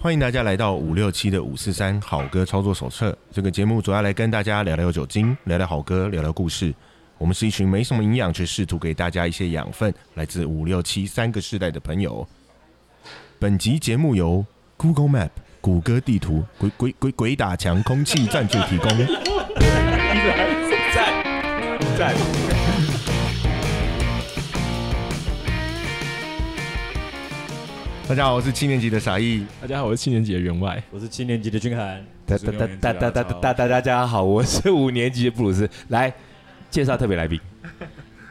欢迎大家来到五六七的五四三好歌操作手册。这个节目主要来跟大家聊聊酒精，聊聊好歌，聊聊故事。我们是一群没什么营养，却试图给大家一些养分，来自五六七三个世代的朋友。本集节目由 Google Map 谷歌地图鬼鬼鬼鬼打墙空气赞助提供。赞赞。大家好，我是七年级的傻义。大家好，我是七年级的员外。我是七年级的君涵，哒哒哒哒哒哒哒哒，大家好，我是五年级的布鲁斯，来介绍特别来宾。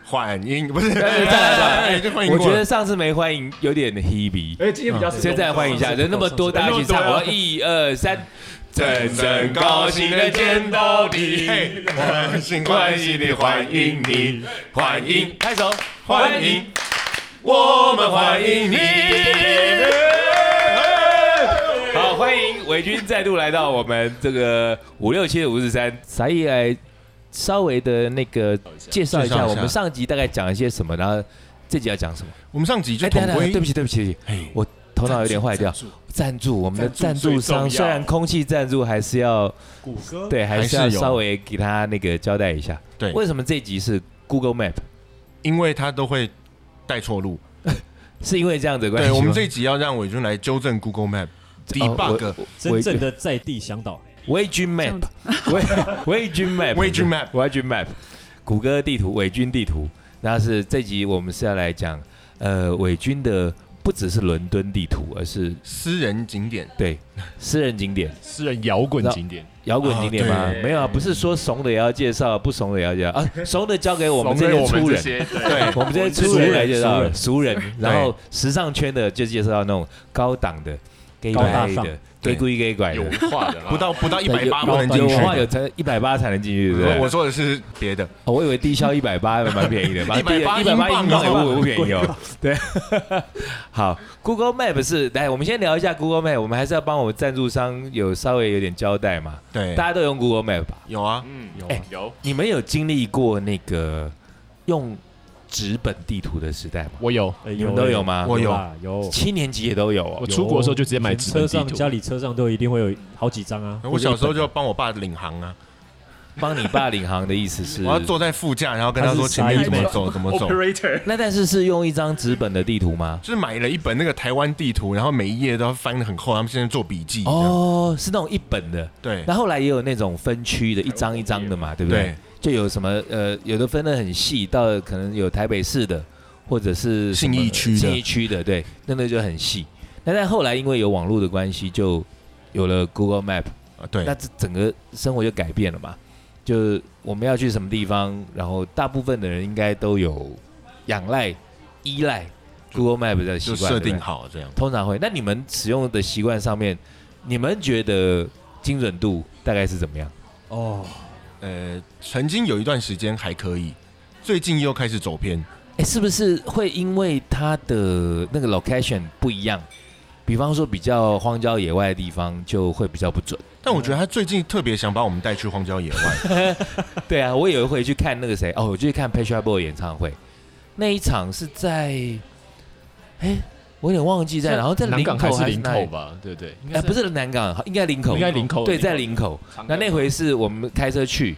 欢迎不是，哎再来再来哎就欢迎我过觉了得上次没欢迎，有点 hebe，哎，今天比较现在欢迎一下，哎人那么多，大家一起唱，我要一二三，哎真正高兴的见到你，嘿我心欢喜的欢迎你，欢迎开手，欢迎，我们欢迎你。好，欢迎伟军再度来到我们这个五六七的五十三，才艺来稍微的那个介绍一介绍下，一下我们上集大概讲一些什么，然后这集要讲什么？我们上集就哎，等统一下等一归下，对不起，对不起，对不起，我头脑有点坏掉。赞助，我们的赞助商虽然空气赞助还是要谷歌，对，还是还要是有稍微给他那个交代一下。对为什么这集是 Google Map？因为他都会带错路。是因为这样子的关系对，吗？我们这一集要让伟军来纠正 Google Map 哦 debug 真正的在地向导，伪军 Map，伪 伪军 Map，伪军 map 伪军 Map，谷歌地图，伪军地图。那是这集我们是要来讲，呃，伪军的不只是伦敦地图，而是私人景点。对私人景点。私人摇滚景点，摇滚景点啊吗对？没有啊，不是说怂的也要介绍，不怂的也要介绍啊，怂的交给我们怂这恿些粗人，些，对对，我们这些粗熟人人来介绍了熟人，对然后时尚圈的就介绍那种高档的、gay 高大白上的、对 gay 故意 gay 拐的，文化的啦，不到不到一对百有八不能进有去文化有的。才一百八才能进去，对不对？我说的是别的，哦我以为低消一百八蛮便宜的， 180一百八英英镑镑哦也不不便宜哦。对，好，Google Map 是来，我们先聊一下 Google Map，我们还是要帮我们赞助商有稍微有点交代嘛。对大，家都用 Google Map 吧？有啊，嗯，有哎有，你们有经历过那个用纸本地图的时代吗？我有，呃哎你们都有？吗？我有啊有。七年级也都有哦我。出国的时候就直接买纸本车地上图，家里车上都一定会有好几张啊，我小时候就帮我爸领航啊，帮你爸领航的意思是我，要坐在副驾，然后跟他说前面怎么走怎么走， operator 那但是是用一张纸本的地图吗？就是买了一本那个台湾地图，然后每一页都要翻得很厚，他们现在做笔记。哦，哦，是那种一本的。对那后来也有那种分区的，一张一张的嘛，对不对？对啊就有什么呃，有的分得很细，到可能有台北市的，或者是什信么义区的信义区的，对，那那就很细。那但后来因为有网络的关系，就有了 Google Map，啊对哦那，这整个生活就改变了嘛。就是我们要去什么地方，然后大部分的人应该都有仰赖、依赖 Google Map 的习就惯，设对不对定好这样。通常会。那你们使用的习惯上面，你们觉得精准度大概是怎么样？哦，呃，曾经有一段时间还可以，最近又开始走偏。哎，是不是会因为它的那个 location 不一样？比方说比较荒郊野外的地方就会比较不准。但我觉得他最近特别想把我们带去荒郊野外， 对啊，我有一回去看那个谁，哦，我就去看 p a t r a Boy 演唱会，那一场是在，哎，我有点忘记在，然后在南林港口还是还林哪里口？吧？对对，应哎，不是南港，应该林口，应该林口对，在林口。那那回是我们开车去，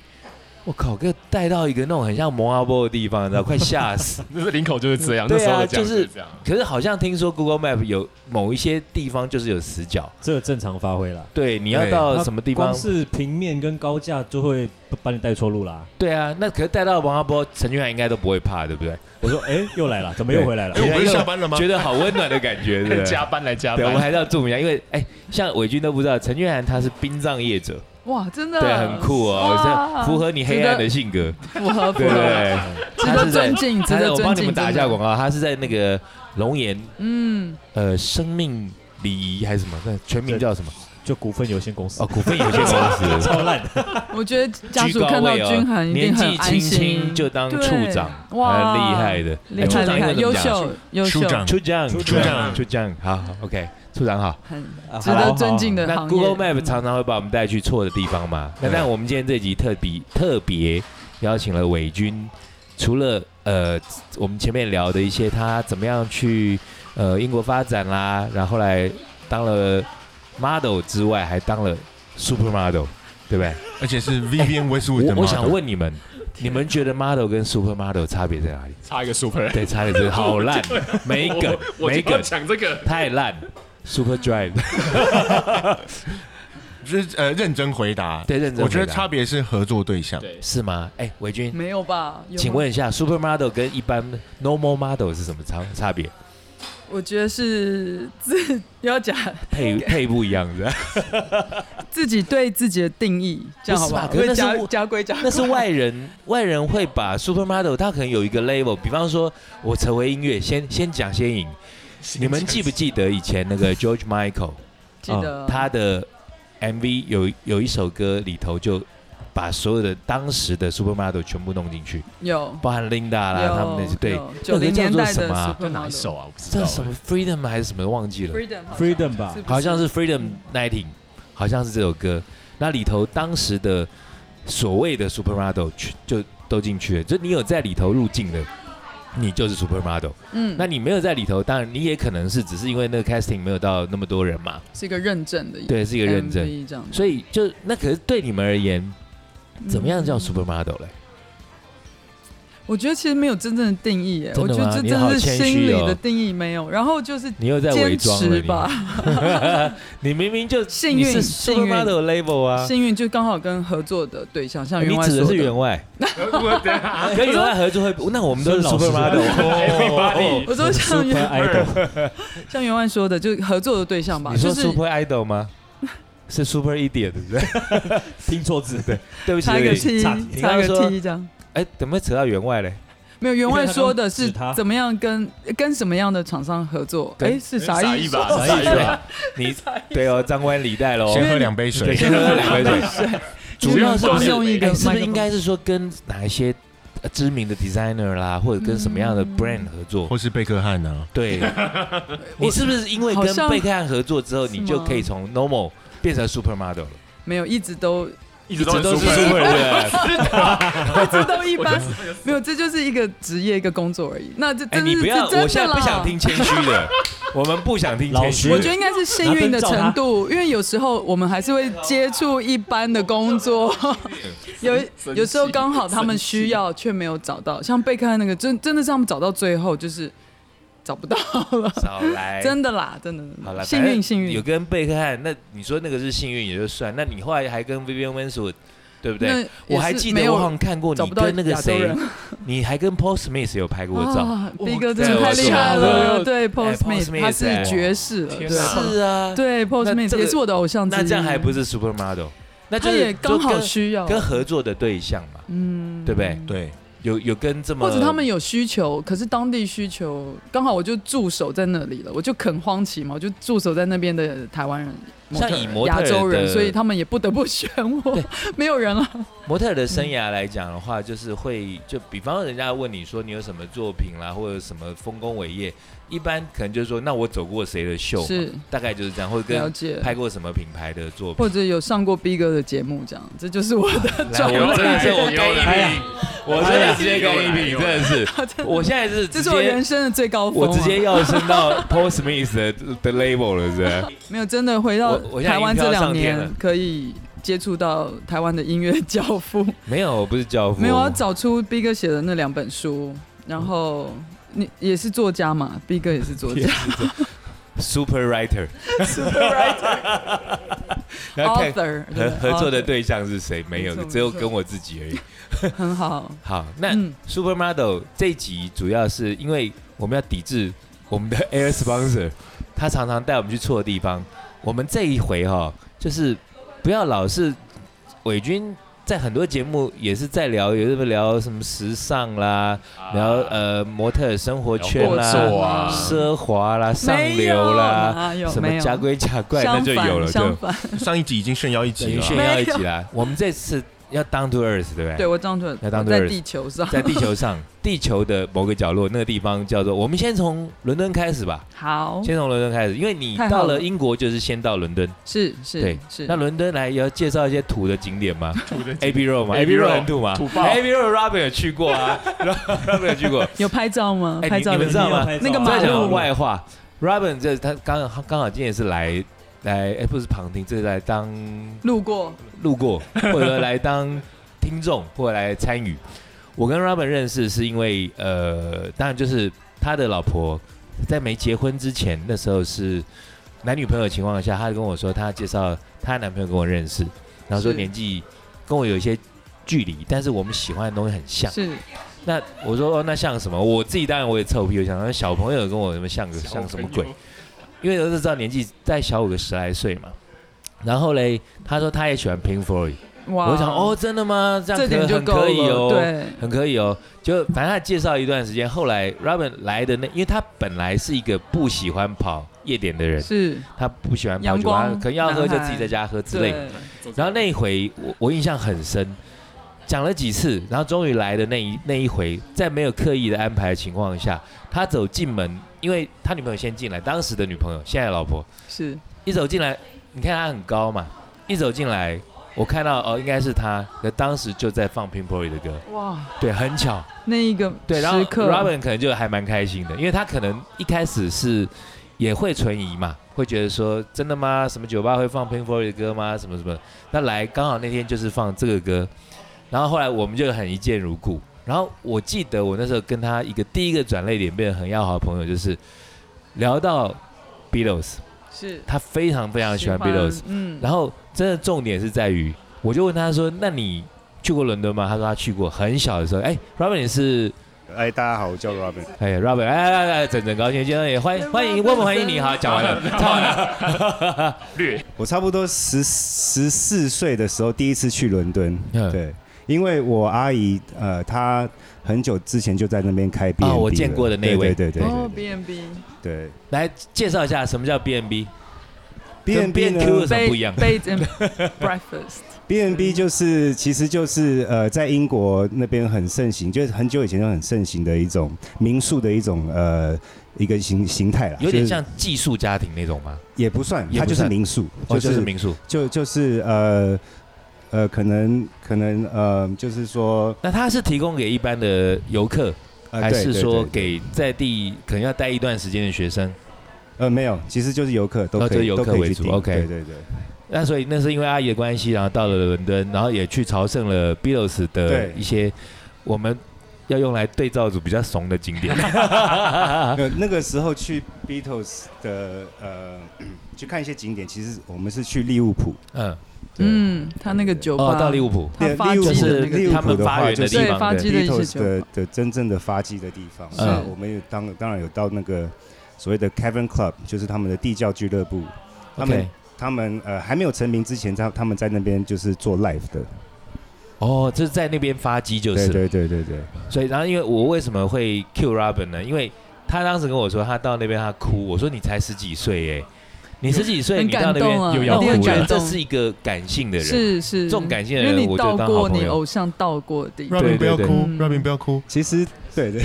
我靠，给我带到一个那种很像摩阿波的地方，你知道，快吓死。那是林口就是这样，对啊那时候的讲就是这样。可是好像听说 Google Map 有某一些地方就是有死角，这个正常发挥啦。对，你要到那什么地方光？是平面跟高架就会把你带错路 啦。对啊，那可是带到王阿波、陈俊涵应该都不会怕，对不对？我说，哎，又来了，怎么又回来了哎，？我们下班了吗？觉得好温暖的感觉，对不 加对？班来加对，我们班，还是要注明一下，因为哎，像伟军都不知道，陈俊涵他是殡葬业 者，哇，真的，对，很酷哦，啊哇这符合你黑暗的性格，符合符对不合，对？值得尊敬，值他在得我尊帮你敬。们打一真下的广告，他是在那个龙岩嗯，呃生命礼仪还是什么？那全名叫什么？就股份有限公司哦，，股份有限公司。 超烂的，我觉得家居属高看到位哦君涵一定年很纪安轻心，轻就当处对长， 哇很厉害的，厉哎处害长厉应该害，怎么优讲秀优处秀，长处长，处长处长，好好，OK，处长好。很啊值得尊敬。的那行业。嗯 Google Map 常常会把我们带去错的地方嘛？那对但我们今天这集特别特别邀请了伟军，除了呃我们前面聊的啊一些他怎么样去呃英国发展啦，然后后来当了 model 之外，还当了 supermodel，对不对？而且是 Vivian Westwood 的哎 model。我我想问你们，你们觉得 model 跟 supermodel 差别在哪里？ 差一个 super，对，差别真的好 烂，没梗，我没就要梗，抢这个，太烂。Super Drive，就是呃认真回答，对认真回答我觉得差别是合作对象，对，是吗？哎，维君，没有吧？有吗请问一下，supermodel 跟一般 normal model 是什么差差别？我觉得是自要讲 配配不一样是吧？自己对自己的定义，这样好好？不是吧可是那是家我家规家规那是外人，外人会把 supermodel 他可能有一个 level，比方说，我成为音乐，先先讲先赢。你们记不记得以前那个 George Michael？ 记得嗯他的 MV 有有一首歌里头就把所有的当时的 supermodel 全部弄进去，有包含 Linda 啦，他们那些对，九零年叫做代什的么啊 Super 哪一首啊？我不知道这什么 Freedom 还是什么忘记了， Freedom 好像 Freedom 吧是不好像是 Freedom Nineteen，好像是这首歌。那里头当时的所谓的 supermodel 去就都进去了，就你有在里头入境的，你就是 supermodel。嗯，那你没有在里头，当然你也可能是只是因为那个 casting 没有到那么多人嘛，是一个认证的，，对，是一个认证。这样。嗯所以就那可是对你们而言，怎么样嗯叫 supermodel 嘞？我觉得其实没有真正的定义耶，真我的觉吗得这真你好的是谦虚哦心理的定义没有，然后就是你又在伪坚装了持吧你，，你明明就幸运你是幸运 supermodel level 啊，哎幸运就刚好跟合作的对象，像你员外啊指的说是员外， 我等一下跟员外合作会，那我们都是孙老师 supermodel 哦。我说像 Super 员 Idol，像员外说的，就合作的对象吧，你说就是 super idol 吗？是 super idiot 对不对？听错字，对，对不起， 插一对个不起。 T，差你插刚刚一个说 T 这样。哎，怎么会扯到员外 嘞？没有，员外说的因是为他刚指他怎么样跟跟什么样的厂商合作？跟哎，是啥意思？吧？傻一对吧？ 你对哦，张冠李戴喽。先喝两杯对，水，先喝两杯水。主要是因为不是用一个哎，麦克是风不是应该是说跟哪一些呃知名的 designer 啦，或者跟什么样的嗯 brand 合作？ 或是贝克汉啊呢？对，你是不是因为好跟像贝克汉合作之后，你是就吗可以从 normal 变成 supermodel 了？没有，一直都一一直直都是 super， super 对不对一直都一般，没有，这就是一个职业一个工作而已。那这哎，真你是不这要，真的我现在不啦想听谦虚的， 我们不想听谦虚老我实的。觉得应该是幸运的程度，因为有时候我们还是会接触一般的 工作，有神奇有时候刚好他们需要却没有找到，像贝克汉那个真真的是他们找到最后就是找不到了，少来，真的啦，真的，真的哎嗯好了，幸反正运幸有运，跟贝克汉，那你说那个是幸运也就算，那你后来还跟 Vivian Westwood，对不那对也？是我还记没得有我好像看过找你不到跟那个亚洲谁人， 你还跟 Paul Smith 有拍过照。啊逼哥真的太厉害了，对 p o Paul s t m a t Smith， e 他是爵士了，天对哪是啊，对 p o s t m a 这个 t e 也是我的偶像之一，那这样还不是 supermodel，那就他是也刚就好跟需要，跟合作的对象嘛，嗯对不对？对，有有跟这么或者他们有需求，可是当地需求刚好我就驻守在那里了，我就垦荒期嘛，我就驻守在那边的台湾人、模像特以儿模特亚儿洲人，的所以他们也不得不选我对， 没有人啊了。模特儿的生涯来讲的话，就是会就比方人家问你说你有什么作品啦，或者什么丰功伟业，一般可能就是说那我走过谁的秀嘛，是大概就是这样，或者了跟解，拍过什么品牌的作品。或者有上过 B 哥的节目，这样，这就是我的 来，专我真的是我 有跟一来比，我真的直接跟一比，有真来的 是，业，我现在是 这直是我接人，生的最高峰啊。我直接要升到 Paul Smith 的的 label 了，是吧？没有真的回到我我现在已经台湾这两飘上天了年，可以接触到台湾的音乐教父。没有，我不是教父，没有，我要找出 B 哥写的那两本书，然后嗯你也是作家嘛？B 哥也是作家 Super Writer， ，Super Writer 然后看 Author 合对合作的 author，对象是谁？没有没，错只有没错跟我自己而已。很好，好，那嗯， Supermodel 这一集主要是因为我们要抵制我们的 Air Sponsor，他常常带我们去错的地方。我们这一回哈、就是不要老是伟军在很多节目也是在聊，有什么聊什么时尚啦，聊呃模特儿生活圈啊啦工、作啊， 奢华啦、上没有啊流啦，哪有什没么有家规假怪那相就有反了，相就反，上一集已经炫耀一等集于了啊炫，没耀有一集啦。我们这次要 down to earth，对不对？对我这样说要当，在 nerd 地球 上，在地球上， 地球的某个角落，那个地方叫做……我们先从伦敦开始吧，好，先从伦敦开始，因为你哦太好到了了英国就是先到伦敦。是是对是那，伦敦来也要介绍一些土的景点吗土的？A B Road 吗 Abbey ？A B Road Road，很土吗土爆？A B Road Robin 有去过啊，Robin 有去过。有拍照吗？哎拍你照你们有知道吗一定要拍照那个啊马再路讲外话，Robin 这他刚刚好今年是来来，哎，不是旁听，这是来当路过，路过，或者来当听众，或者来参与。我跟 Robin 认识是因为，呃，当然就是他的老婆在没结婚之前，那时候是男女朋友的情况下，他跟我说他介绍他男朋友跟我认识，然后说是年纪跟我有一些距离，但是我们喜欢的东西很像。是那我说、哦那像什么？我自己当然我也臭屁，我想说小朋友跟我什么像个像什么鬼？ 因为儿子知道年纪再小我个十来岁嘛。然后嘞，他说他也喜欢 Pink Floyd，哇我想哦，真的吗？这样这可点就很够了，可以哦，对，很可以哦。就反正他介绍一段时间，后来 Robin 来的那，因为他本来是一个不喜欢跑夜店的人，是他不喜欢跑阳酒吧，光可能要喝就男孩自己在家喝之类的。对，然后那一回我我印象很深，讲了几次，然后终于来的那一那一回，在没有刻意的安排的情况下，他走进门，因为他女朋友先进来，当时的女朋友，现在的老婆，是一走进来，你看他很高嘛，一走进来，我看到哦，应该是他，可当时就在放 Pink Floyd 的歌，哇，对，很巧，那一个对，然后时刻 Robin 可能就还蛮开心的，因为他可能一开始是也会存疑嘛，会觉得说真的吗？什么酒吧会放 Pink Floyd 的歌吗？什么什么？那来刚好那天就是放这个歌，然后后来我们就很一见如故。然后我记得我那时候跟他一个第一个转泪点变得很要好的朋友，就是聊到 Beatles，是他非常非常喜欢 Beatles，嗯，然后真的重点是在于，我就问他说：“那你去过伦敦吗？”他说他去过，很小的时候。哎，Robin 你是哎，大家好，我叫 Robin。哎，Robin，哎哎哎，整整高兴，今天也欢迎欢迎，我们欢迎你，好，讲完了，讲完了。我差不多十十四岁的时候第一次去伦敦，嗯对，因为我阿姨呃，她很久之前就在那边开 B 哦我见过的那位对对对哦对 B N B 对来介绍一下什么叫 B&B， B N B 呢 B&Q 有什么不一样 Bed and 嗯 Breakfast ，B N B 就是其实就是呃，在英国那边很盛行，就是很久以前就很盛行的一种民宿的一种呃一个形形态啦，有点就是像寄宿家庭那种吗？也不算，也它不就是算民宿，哦，就是民宿。就就是呃呃，可能可能呃，就是说那它是提供给一般的游客，呃还对是对说对给在地可能要待一段时间的学生？呃没有，其实就是游客都哦可就是以游都客可以为去主订，OK 对对对那所以那是因为阿姨的关系，然后到了伦敦，然后也去朝圣了 Beatles 的对一些我们要用来对照组比较怂的景 点。啊没有。那个时候去 Beatles 的呃去看一些景点，其实我们是去利物浦，嗯，对嗯，他那个酒哦，吧到利物浦，他对发迹利物就浦的是那个利物他浦们的发话源的就是地对方。发对迹的一些 Beatles 酒的吧，的真正的发迹的地方。是那我们也当当然有到那个所谓的 Cavern Club，就是他们的地窖俱乐部，他们 OK，他们呃还没有成名之前，他他们在那边就是做 live 的，哦，就是在那边发迹就对是了。对对对对，所以，然后因为我为什么会 Q Robin 呢？因为他当时跟我说他到那边他哭，我说你才十几岁哎，你十几岁很你到那感动边啊，有然摇后那我很滚觉得感这动，是一个感性的人，是是这种感性的因为人，我你觉得到当好过朋你友。偶像到过的地方， Robin 不要对哭对，Robin 不要哭。其实对对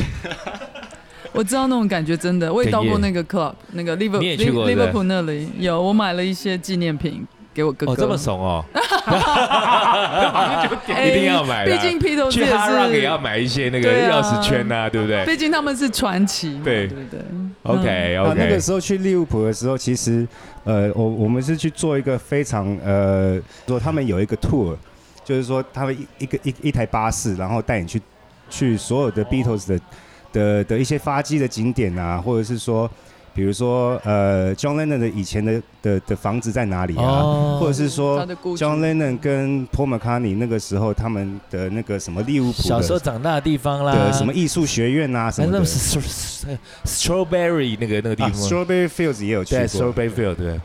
我知道那种感觉真的，我也到过哽那个 club，那个 Liver 你也去过 Li- 对不对 Liverpool 那里有，我买了一些纪念品给我哥哥。哦，这么怂哦，哎一定要买的毕啊。竟 P 头去哈 rock 也也要是，买一些那个对钥啊匙圈呐、对不对毕竟他们是传奇嘛，对对不对？OK 那那 OK，个时候去利物浦的时候，其实呃，我我们是去做一个非常呃，说他们有一个 tour，就是说他们一一个一一台巴士，然后带你去去所有的 Beatles 的的的一些发迹的景点啊，或者是说，比如说呃，John Lennon 的以前的的的房子在哪里哦啊，或者是他说。的故哦 John Lennon 跟 Paul McCartney 那个时候他们的那个什么利物浦小时候的长大的地方啦，的什么艺术学院啊什哎？么那的种，是 strawberry 那个那个地啊方， ，Strawberry Fields 也有去对过 strawberry field 对。对对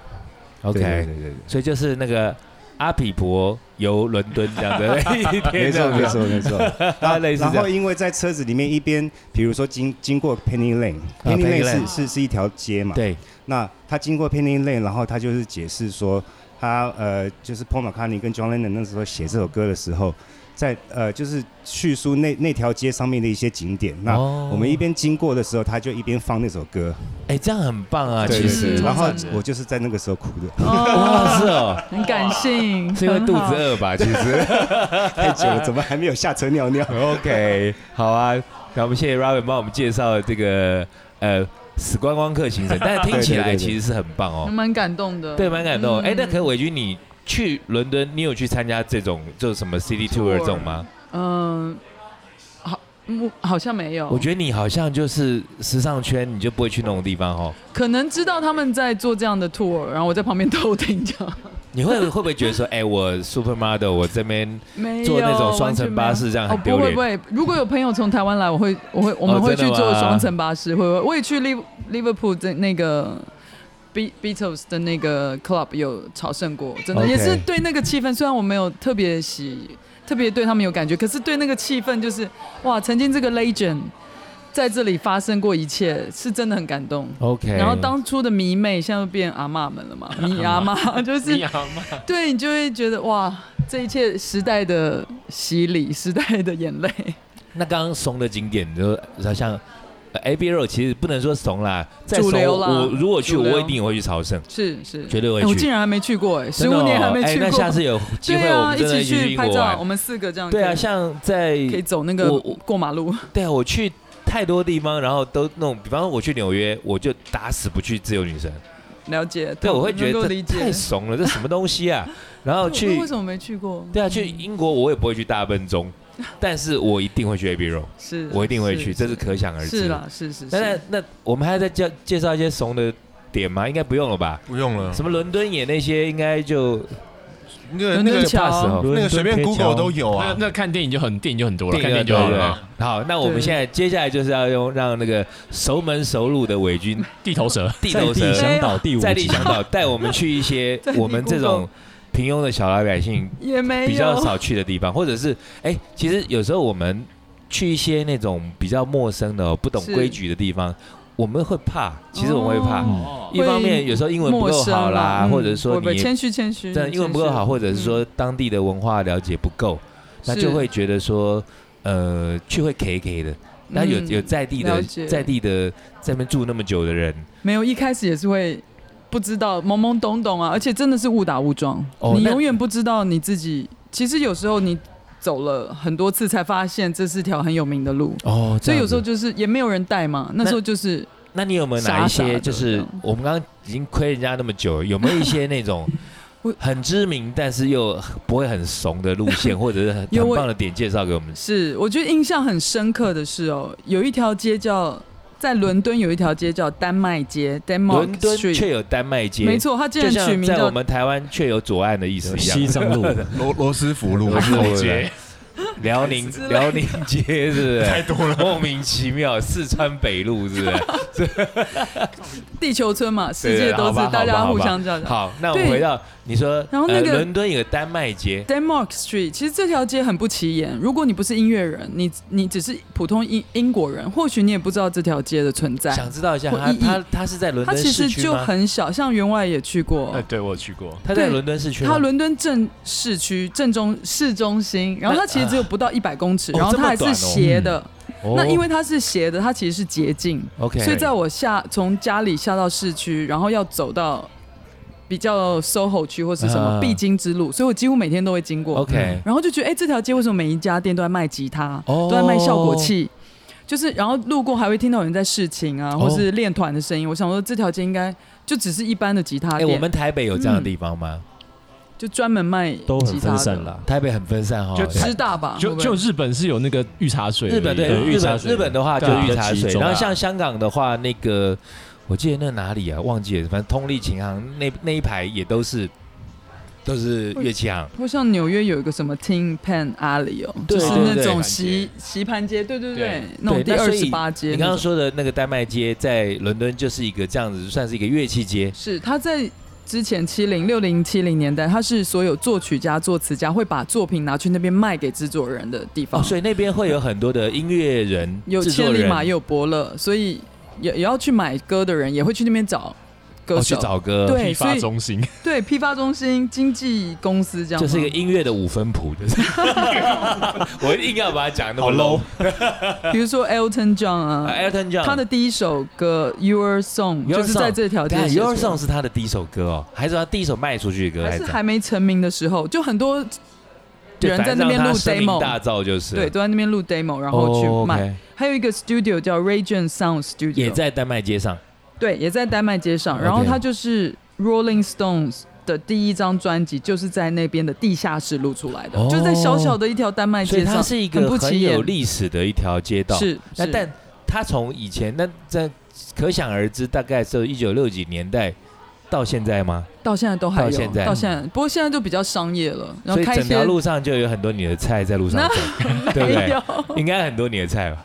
OK，对对对。所以就是那个阿匹伯游伦敦这样的一没天这错，样没子，错， 没错。然后类似这样然后因为在车子里面一边，比如说经经过 Penny 啊 Lane，Penny Penny Lane Lane 是是是一条街嘛。。对，那他经过 Penny Lane，然后他就是解释说，他呃就是 Paul McCartney 跟 John Lennon 那时候写这首歌的时候，在呃就是叙述那那条街上面的一些景点。那我我们一边经过的时候，他就一边放那首歌。哎，这样很棒啊，对其对实对。然后超赞的我就是在那个时候哭的，哦，哇是哦，很感性，是因为很肚好子 饿吧？其实太久了，怎么还没有下车尿尿？ OK，好啊，那我们谢谢 Robin 帮我们介绍这个呃死观光客行程， 但是听起对对来对对其实是很棒哦。蛮感动的。对，蛮感动。嗯哎、那可是伟军，你去伦敦，你有去参加这种就是什么 city tour Tour 这种吗？嗯，好，嗯好像没有。我觉得你好像就是时尚圈，你就不会去那种地方 哦。可能知道他们在做这样的 tour，然后我在旁边偷听这样。你会会不会觉得说，哎、我 supermodel，我这边没有坐那种双层巴士这样很完全丢哦没有哦，不会不会，如果有朋友从台湾来，我会我会我们会去真的坐吗双层巴士，会会我也去 Liv- Liverpool 的那个 Be Beatles 的那个 club 有朝圣过，真的 OK 也是对那个气氛，虽然我没有特别喜特别对他们有感觉，可是对那个气氛就是哇，曾经这个 legend 在这里发生过一切，是真的很感动。 OK，然后当初的迷妹，现在都变阿嬷们了嘛？迷阿嬷 就是你好吗？对你就会觉得哇，这一切时代的洗礼，时代的眼泪，那刚刚怂的景点，你说好像。呃 Abbey Road 其实不能说怂啦，再主怂流啦我如果去，主流我一定也会去朝圣，是是，绝对会哎我去竟然还没去过哎，十真的五哦年还没去哎过。那下次有机会对我啊，们一真的起一起去去英拍国照，我玩。们四个这样对啊，可以像在可以走那个我我过马路， 对啊，我去太多地方，然后都那种，比方说我去纽约，我就打死不去自由女神。了解。对，我会觉能够得理这解。太怂了，这什么东西啊？然后我去为，什么没去过？嗯对啊，去英国我也不会去大笨钟，但是我一定会去 Abbey Road，是，我一定会去，这是可想而知。是啦，是是那是那，那我们还要再介介绍一些怂的点吗？应该不用了吧？不用嗯了，什么伦敦眼那些，应该就那个伦那敦个桥怕死哦。那个随便 Google 都有那啊。那看电影就很电影就很多了，对看电对影就好了对嘛。，好，那我们对现在接下来就是要用让那个熟门熟路的伪军地头蛇，地在头地蛇想岛第五在地集，向导带我们去一些在地哎我们这种平庸的小老百姓也没有比较少去的地方，或者是哎、其实有时候我们去一些那种比较陌生的哦、不懂是规矩的地方，我们会怕，其实我们会怕。哦哦一方面有时候英文不陌够生好啦，嗯或者说不不你谦虚谦虚，真的英文不够好，或者是嗯说当地的文化了解不够，那是就会觉得说呃去会 K K 的。那有嗯有在地了的解在地的在那边住那么久的人，没有，一开始也是会不知道，懵懵懂懂啊，而且真的是误打误撞，哦你那永远不知道你自己。其实有时候你走了很多次，才发现这是条很有名的路，哦，这所以样有时候子就是也没有人带嘛。那时候就是那你有没有哪一傻傻些的就是我们刚刚已经亏人家那么久了，有没有一些那种我很知名但是又不会很怂的路线，或者是很 有很我棒的点介绍给我们？是，我觉得印象很深刻的是哦，有一条街叫在伦敦有一条街叫丹麦街 （Denmark 伦敦 Street），却有丹麦街，没，错，它竟就然取像名在叫我们台湾却有左岸的意思一西样。藏路，罗罗斯福路，我是我街， 辽宁之类的辽宁街是不是？ 太多了，莫名其妙，四川北路是 不是？地球村嘛，世对对界都好是吧大好吧家好互吧相叫。好，那我们对回到你说，然后那呃个伦敦有个丹麦街， Denmark Street，其实这条街很不起眼。如果你不是音乐人，你你只是普通英英国人，或许你也不知道这条街的存在。想知道一下或它意义它它是在伦它敦其市实区就吗？很小，像员外也去过呃，，对我有去过，它在对伦敦市区吗？它伦敦正市区正中市中心，然后它其实只有不到一百公尺，哦然后它还这么是短哦斜的。那因为为它是斜的，它其实是捷径，哦 OK，所以在我下从家里下到市区，然后要走到比较 SOHO 区或是什啊么必经之路，所以我几乎每天都会经过。 OK，然后就觉得，哎、这条街为什么每一家店都在卖吉他，哦都在卖效果器？就是，然后路过还会听到有人在试琴哦啊，或是练团的声音。我想说，这条街应该就只是一般的吉他哎、店，我们台北有这样的地方吗？就专门卖都吉很他分散的。啦。台北很分散哈，就对师大吧，就会不会就日本是有那个御茶水而已，日本对对日御茶本水日本的话就对啊御茶比较水，集中啊然后像香港的话，那个我记得那哪里啊，忘记了，反正通利琴行那那一排也都是都是乐器行，或像纽约有一个什么 Tin Pan Alley 哦，对就是对那对种对棋棋盘街，对对对对，那种第对那二所以十八街你那种。刚刚说的那个丹麦街在伦敦就是一个这样子，算是一个乐器街。是他在之前七零六零七零年代，他是所有作曲家、作词家会把作品拿去那边卖给制作人的地方，哦，所以那边会有很多的音乐人、 有制作千里马，人，也有伯乐，所以也也要去买歌的人也会去那边找歌哦去手，找歌，对啊批所发以中心，对批发中心、经纪公司这样吗，就是一个音乐的五分谱， 就是我硬要把它讲那么 low。比如说 Elton John 啊啊。Elton John，他的第一首歌《Your Song》 Your 就是在这条街对啊写出来，Your Song 是他的第一首歌哦，还是他第一首卖出去的歌？还是怎还没成名的时候，就很多对人在那反正边让录他声名 demo 大噪就是了对都在那边录 demo，然后去哦卖。 ，OK 还有一个 studio 叫 Radiant Sound Studio，也在丹麦街上。对，也在丹麦街上。然后 OK 他就是 Rolling Stones 的第一张专辑，就是在那边的地下室录出来的，哦就在小小的一条丹麦所以街它上，是一很个不很起有眼。历史的一条街道。是，那是但它从以前那这可想而知，大概是一九六几年代到现在吗？到现在都还有，到现在在不过现在就比较商业了，然所后以开一整些条路上就有很多你的菜在路上 走，对不没对？有，应该很多你的菜吧？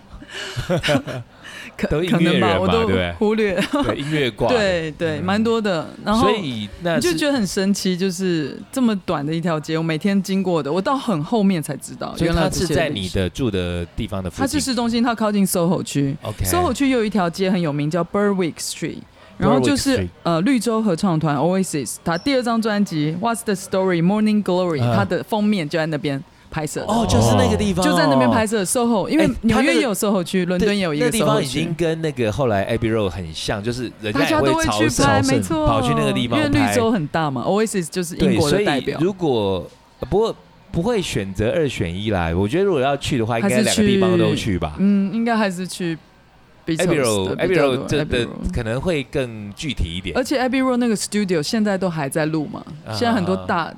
可都音可能乐吧，人我嘛都对不对忽略。对，音乐挂。，嗯对对，蛮多的。然后所以那你就是觉得很神奇，就是这么短的一条街，我每天经过的，我到很后面才知道，所以原来它有这是些在历你史，的住的地方的附它是近。市中心，它靠近 SOHO 区。 OK。 SOHO 区有一条街很有名，叫 Berwick Street。然后就是 Street 呃，绿洲合唱团 Oasis，它第二张专辑《What's the Story Morning Glory》，嗯它的封面就在那边拍摄的，哦，就是那个地方哦，就在那边拍摄 SOHO，因为哎它纽那约个也有 SOHO 区，伦对敦也有一那个地方 SOHO 已经区，跟那个后来 Abbey Road 很像，就是人大家也都会朝去圣拍，没错，跑去那个地方因为拍绿洲很大嘛，Oasis 就是英对，国所的以代表。如果呃不过不会选择二选一啦，我觉得如果要去的话，应还是该两个地方都去去吧。嗯，应该还是去 b e a t Abbey l e Road s Abbey Road 真的 Road 可能会更具体一点而。且 Abbey Road 那个 studio 现在都还在录嘛，啊现在很多大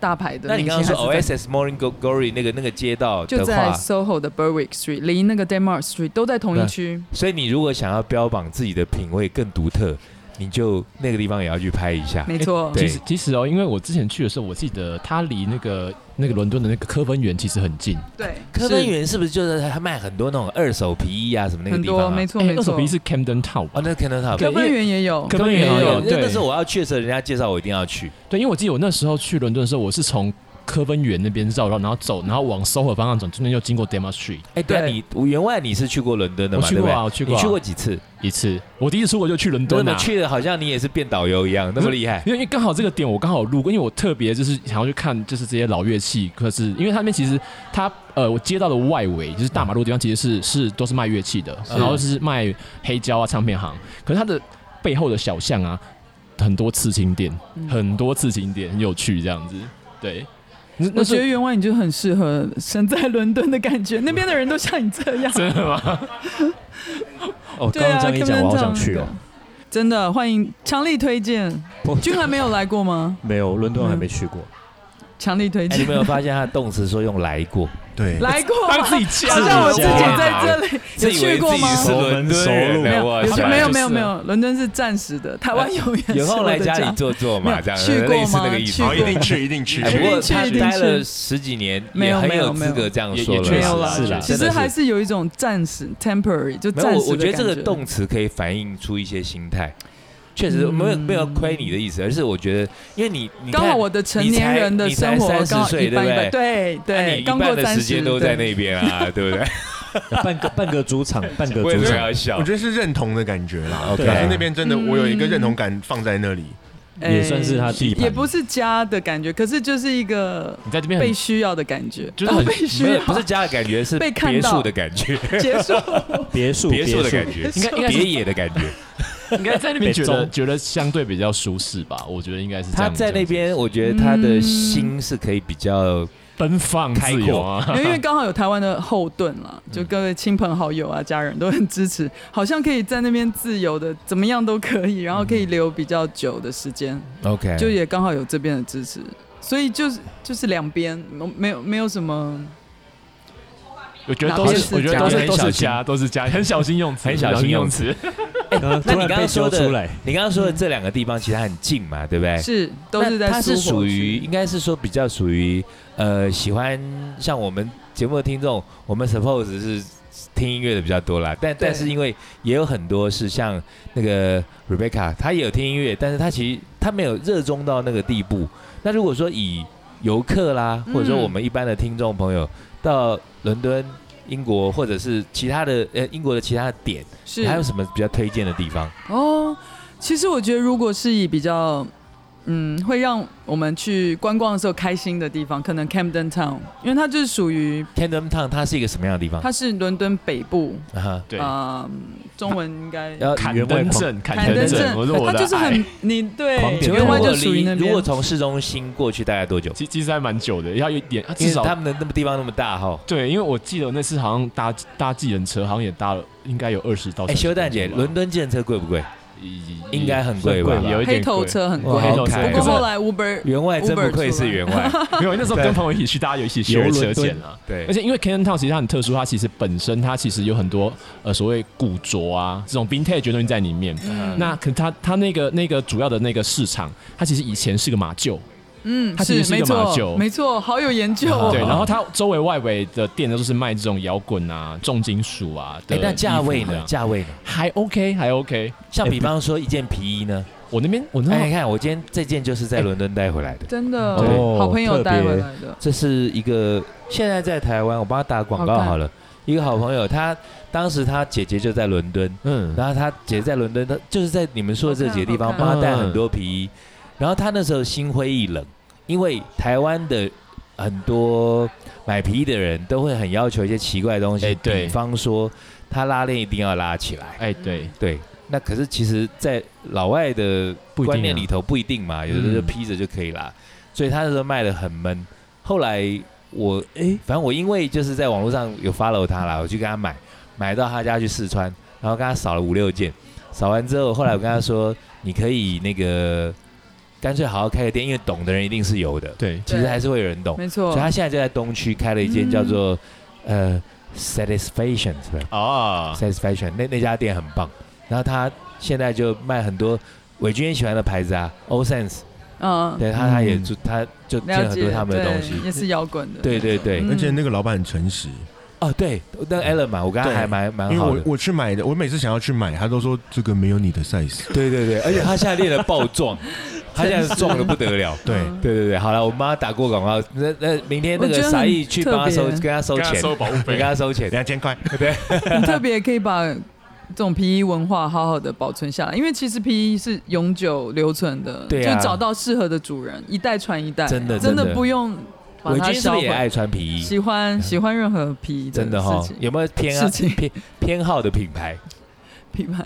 大牌的那你明刚星刚还是说哦在。 Oasis Morning Go- Glory 那个那个街道就的在话， SOHO 的 Berwick Street，离那个 Denmark Street 都在同一区。所以你如果想要标榜自己的品味更独特，你就那个地方也要去拍一下。没错，哎对其实其实哦，因为我之前去的时候，我记得它离那个那个伦敦的那个科芬园其实很近，对，科芬园是不是就是他卖很多那种二手皮衣啊什么那个很地方多，啊没？错哎哦没二手错皮。是 Camden Town 吧哦，那可能好。科对因为芬园也有，科芬园好也有，有那对那时候我要去的时候，人家介绍我一定要去。对，因为我记得我那时候去伦敦的时候，我是从科芬园那边绕绕，然后走，然后往 SOHO 方向走，中间又经过 Denmark Street 哎，对啊，对你员外你是去过伦敦的我嘛？去对不过对啊，我去过你啊，去过几次？一次。我第一次出国就去伦真敦的啊，去的好像你也是变导游一样，那么厉害。嗯因为因为刚好这个点我刚好路过，因为我特别就是想要去看就是这些老乐器，可是因为他们其实它呃我街道的外围就是大马路的地方其实是是都是卖乐器的，是然后是卖黑胶啊唱片行，可是它的背后的小巷啊很多刺青店，嗯很多刺青店很有趣这样子，对。那我那觉得是员外你就很适合身在伦敦的 感觉，那边的人都像你这样。真的吗？哦，对啊，你根本这样的。真的，欢迎，强力推荐哦不。君还没有来过吗？没有，伦敦我还没去过。强力推哎你荐有。没有发现他的动词说用来过？对，来过吗，当自己家好像我自己在这里 有自以为去过吗？自己是伦敦人没了，哇有，塞没就有，是没有，没有，伦敦是暂时的，台湾永远是哎有空我来的家里家。坐坐嘛，没有这样去过类似那吗个意思去。哦好，一定去，一定去 哎。去不过一定去他一定待去了十几年，没有也很没有有没资有格这样也说也了，确没有实啦是啦啦，其啊真实的还是是有一种暂时 （temporary） 就没有。暂我时的我觉得这个感动词可以反映出一些心态，确实没有没有亏你的意思，而是我觉得，因为你你看刚好我的成年人的你才生活你才30刚好岁一半一半，对那对，你一刚半过的三时十间都在对那边啊，对不对？半个半个主场，半个为主什么场。要笑我？觉得是认同的感觉啦。 OK 可是那边真的，嗯我有一个认同感放在那里。也算是他哎地盘也不是家的感觉，可是就是一个 你在这边很被需要的感觉，就是啊很被需没要有，不 是家的感觉，是被看别墅到的感觉，结 束，别墅，别别墅的感觉，应该应该别是野的感觉。应该在那边觉被得中觉得相对比较舒适吧，我觉得应该是这他样在那边，我觉得他的心是可以比较奔放开阔自由啊，因为刚好有台湾的后盾啦，嗯就各位亲朋好友啊、家人都很支持，好像可以在那边自由的，怎么样都可以，然后可以留比较久的时间， OK，就也刚好有这边的支持，所以就是就是两边没有没有什么，我觉得都是，我觉得都是都是家，都是家，很小心用词，很小心用词。哎刚刚那突你刚然被刚说揪出的，来，你刚刚说的这两个地方其实它很近嘛，对不对？是都是在哎那它是苏活属区于，应该是说比较属于呃喜欢像我们节目的听众，我们 suppose 是听音乐的比较多啦，但对但是因为也有很多是像那个 Rebecca，她也有听音乐，但是她其实她没有热衷到那个地步。那如果说以游客啦，嗯或者说我们一般的听众朋友、到伦敦、英国或者是其他的呃英国的其他的点，是还有什么比较推荐的地方？哦，其实我觉得，如果是以比较，嗯，会让我们去观光的时候开心的地方，可能 Camden Town，因为它就是属于 Camden Town 它是一个什么样的地方？它是伦敦北部，啊哈，对，呃，中文应该要坎员外登狂镇，坎坎登登镇，我说我它的哎就是爱很，你对狂点，请原问外如就果属于离那如果边，从市中心过去大概多久？其其实还蛮久的，要一点，啊因至为少他们的那么地方那么大哈。对，因为我记得我那次好像搭搭计程车，好像也搭了，应该有二十到30分钟吧。哎哎，修蛋姐，伦敦建车贵不贵？应该很贵吧算？贵吧有一黑点贵头车很贵。哇黑头好哦车凯不可过是后来 Uber 员外真不愧是员外，没有那时候跟朋友一起去，大家有一起学车钱啊。 对而，且因为 Canton Town 其实它很特殊，它其实本身它其实有很多呃所谓古着啊这种 vintage 的东西在里面。嗯嗯那可它它那个那个主要的那个市场，它其实以前是个马厩，嗯它其实是是一没个马厩啊错没错，好有研究哦。对，然后它周围外围的店都是卖这种摇滚啊、重金属啊的哎衣服这样。那价位呢？价位呢？还 OK，还 OK。 像比方说一件皮衣呢，我那边我那哎，边你看我今天这件就是在伦敦带回来的，真的对好朋友带回特来的，这是一个现在在台湾，我帮他打广告好看好了。一个好朋友，他当时他姐姐就在伦敦，嗯，然后他姐在伦敦，他就是在你们说的这几个地方好看帮他带嗯很多皮衣，然后他那时候心灰意冷，因为台湾的很多买皮衣的人都会很要求一些奇怪的东西，哎对比方说他拉链一定要拉起来，哎对，对，那可是其实，在老外的不一定啊观念里头不一定啊嗯嘛，有的就披着就可以啦，所以他那时候卖的很闷。后来我哎、反正我因为就是在网络上有 follow 他啦，我去给他买，买到他家去试穿，然后跟他扫了五六件，扫完之后，后来我跟他说，你可以那个干脆好好开个店，因为懂的人一定是有的，对，其实还是会有人懂，没所错以。他现在就在东区开了一间叫做、呃 Satisfaction 是吧？啊啊 哦， Satisfaction 那那家店很棒，然后他现在就卖很多伟军也喜欢的牌子啊，O Sense，嗯，对他他也就他就见了了很多解，他们的东对，西，也是摇滚的。对对对，嗯而且那个老板很诚实，哦对，那 Allen 嘛，我刚刚对还蛮蛮因为好我的，我去买的，我每次想要去买，他都说这个没有你的 size。对对对，而且他现在练的爆壮， 他现在壮的不得了。对，嗯对对对，好了，我们帮他打过广告。那那明天那我觉个得很沙溢去帮他收，特跟别他收钱，收保护你跟他收钱。两千块。很 特别可以把这种皮衣文化好好的保存下来，因为其实皮衣是永久留存的，对啊就找到适合的主人，一代传一代，真的真真的不用把伟它军是销不是也毁。爱穿皮衣？喜欢喜欢任何皮衣真的哈事，情有没有偏好事情偏偏好的品牌？品牌，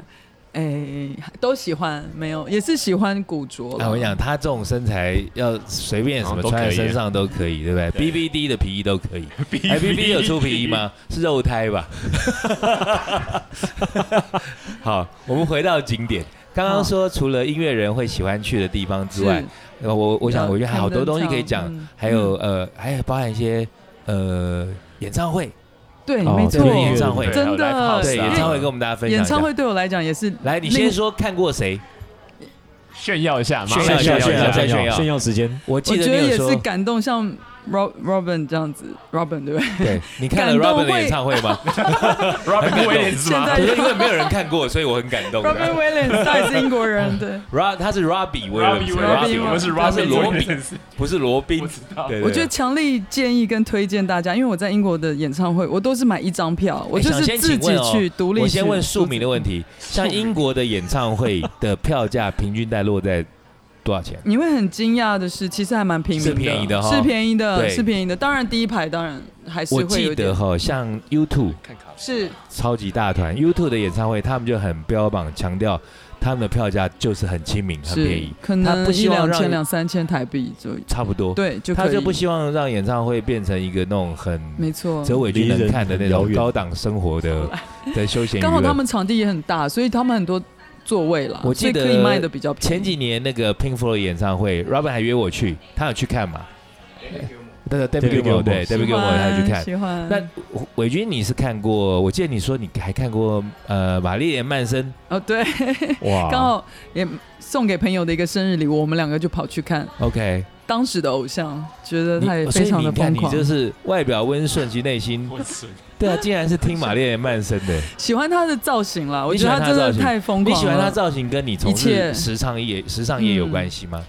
哎，都喜欢，没有也是喜欢古着啦。啊，我跟你讲，他这种身材要随便什么哦好像都可穿以在身上都可以，对不对？BBD 的皮衣都 可以。哎，BBD 有出皮衣吗？是肉胎吧？ 好，我们回到景点。刚刚说除了音乐人会喜欢去的地方之外是，呃我我想我觉得还好多东西可以看讲得到嗯，还有呃，还有包含一些呃演唱会，对，哦没对错，对演唱会真的对是啊演唱会跟我们大家分享演一下唱。会对我来讲也是来，你另先说看过谁？炫耀一下，马炫耀上一下炫耀一下一下炫耀炫耀时间，我我记觉得得你有也是说，感动，像 Rob Robin 这样子，Robin 对不对？对你看了感动 Robin 的会演唱会吗？ ，Robin Williams 现吗？ 在可是因为没有人看过，所以我很感 动。 Robin Williams 他也是英国人，对。 Rob 他是 Robbie Williams， Robbie Robbie 我 Williams，们是他是 Robin 罗 Williams 宾，不是罗宾不。知道对对对我觉得强力建议跟推荐大家，因为我在英国的演唱会，我都是买一张票，我就是想先自哎请己问哦去独立去。我先问庶民的问题，像英国的演唱会的票价平均在落在多少钱？你会很惊讶的是，其实还蛮平民是便宜的哈是便宜对的，是便宜的。当然第一排当然还是我会有记点得哈，像 U2 是超级大团 U2 的演唱会，他们就很标榜强调他们的票价就是很亲民、很便是宜，，可他能不一希望两让千两三千台币就差不多。对就可他以。就不希望让演唱会变成一个那种很没错，泽伟君能看的那离人很遥种远高档生活的的休闲娱乐。刚好他们场地也很大，所以他们很多座位啦，我记得所以可以卖的比较便宜。前几年那个 Pink Floyd 演唱会，Robin 还约我去，他有去看嘛？对对 David ，David Gilmour， Gilmour 对喜 David 欢 Gilmour 他有去看。喜欢。那伟军你是看过？我记得你说你还看过呃玛丽莲曼森哦对，啊哇刚好也送给朋友的一个生日礼物，我们两个就跑去看，OK？当时的偶像，觉得你他也所非以常你的看疯你狂，就是外表温顺，其实内心对啊，竟然是听玛丽莲曼森的。喜欢他的造型啦，我你觉喜得欢他他真造的型太疯你狂了。喜欢他造型，跟你从一事切时尚业时尚业有关系吗？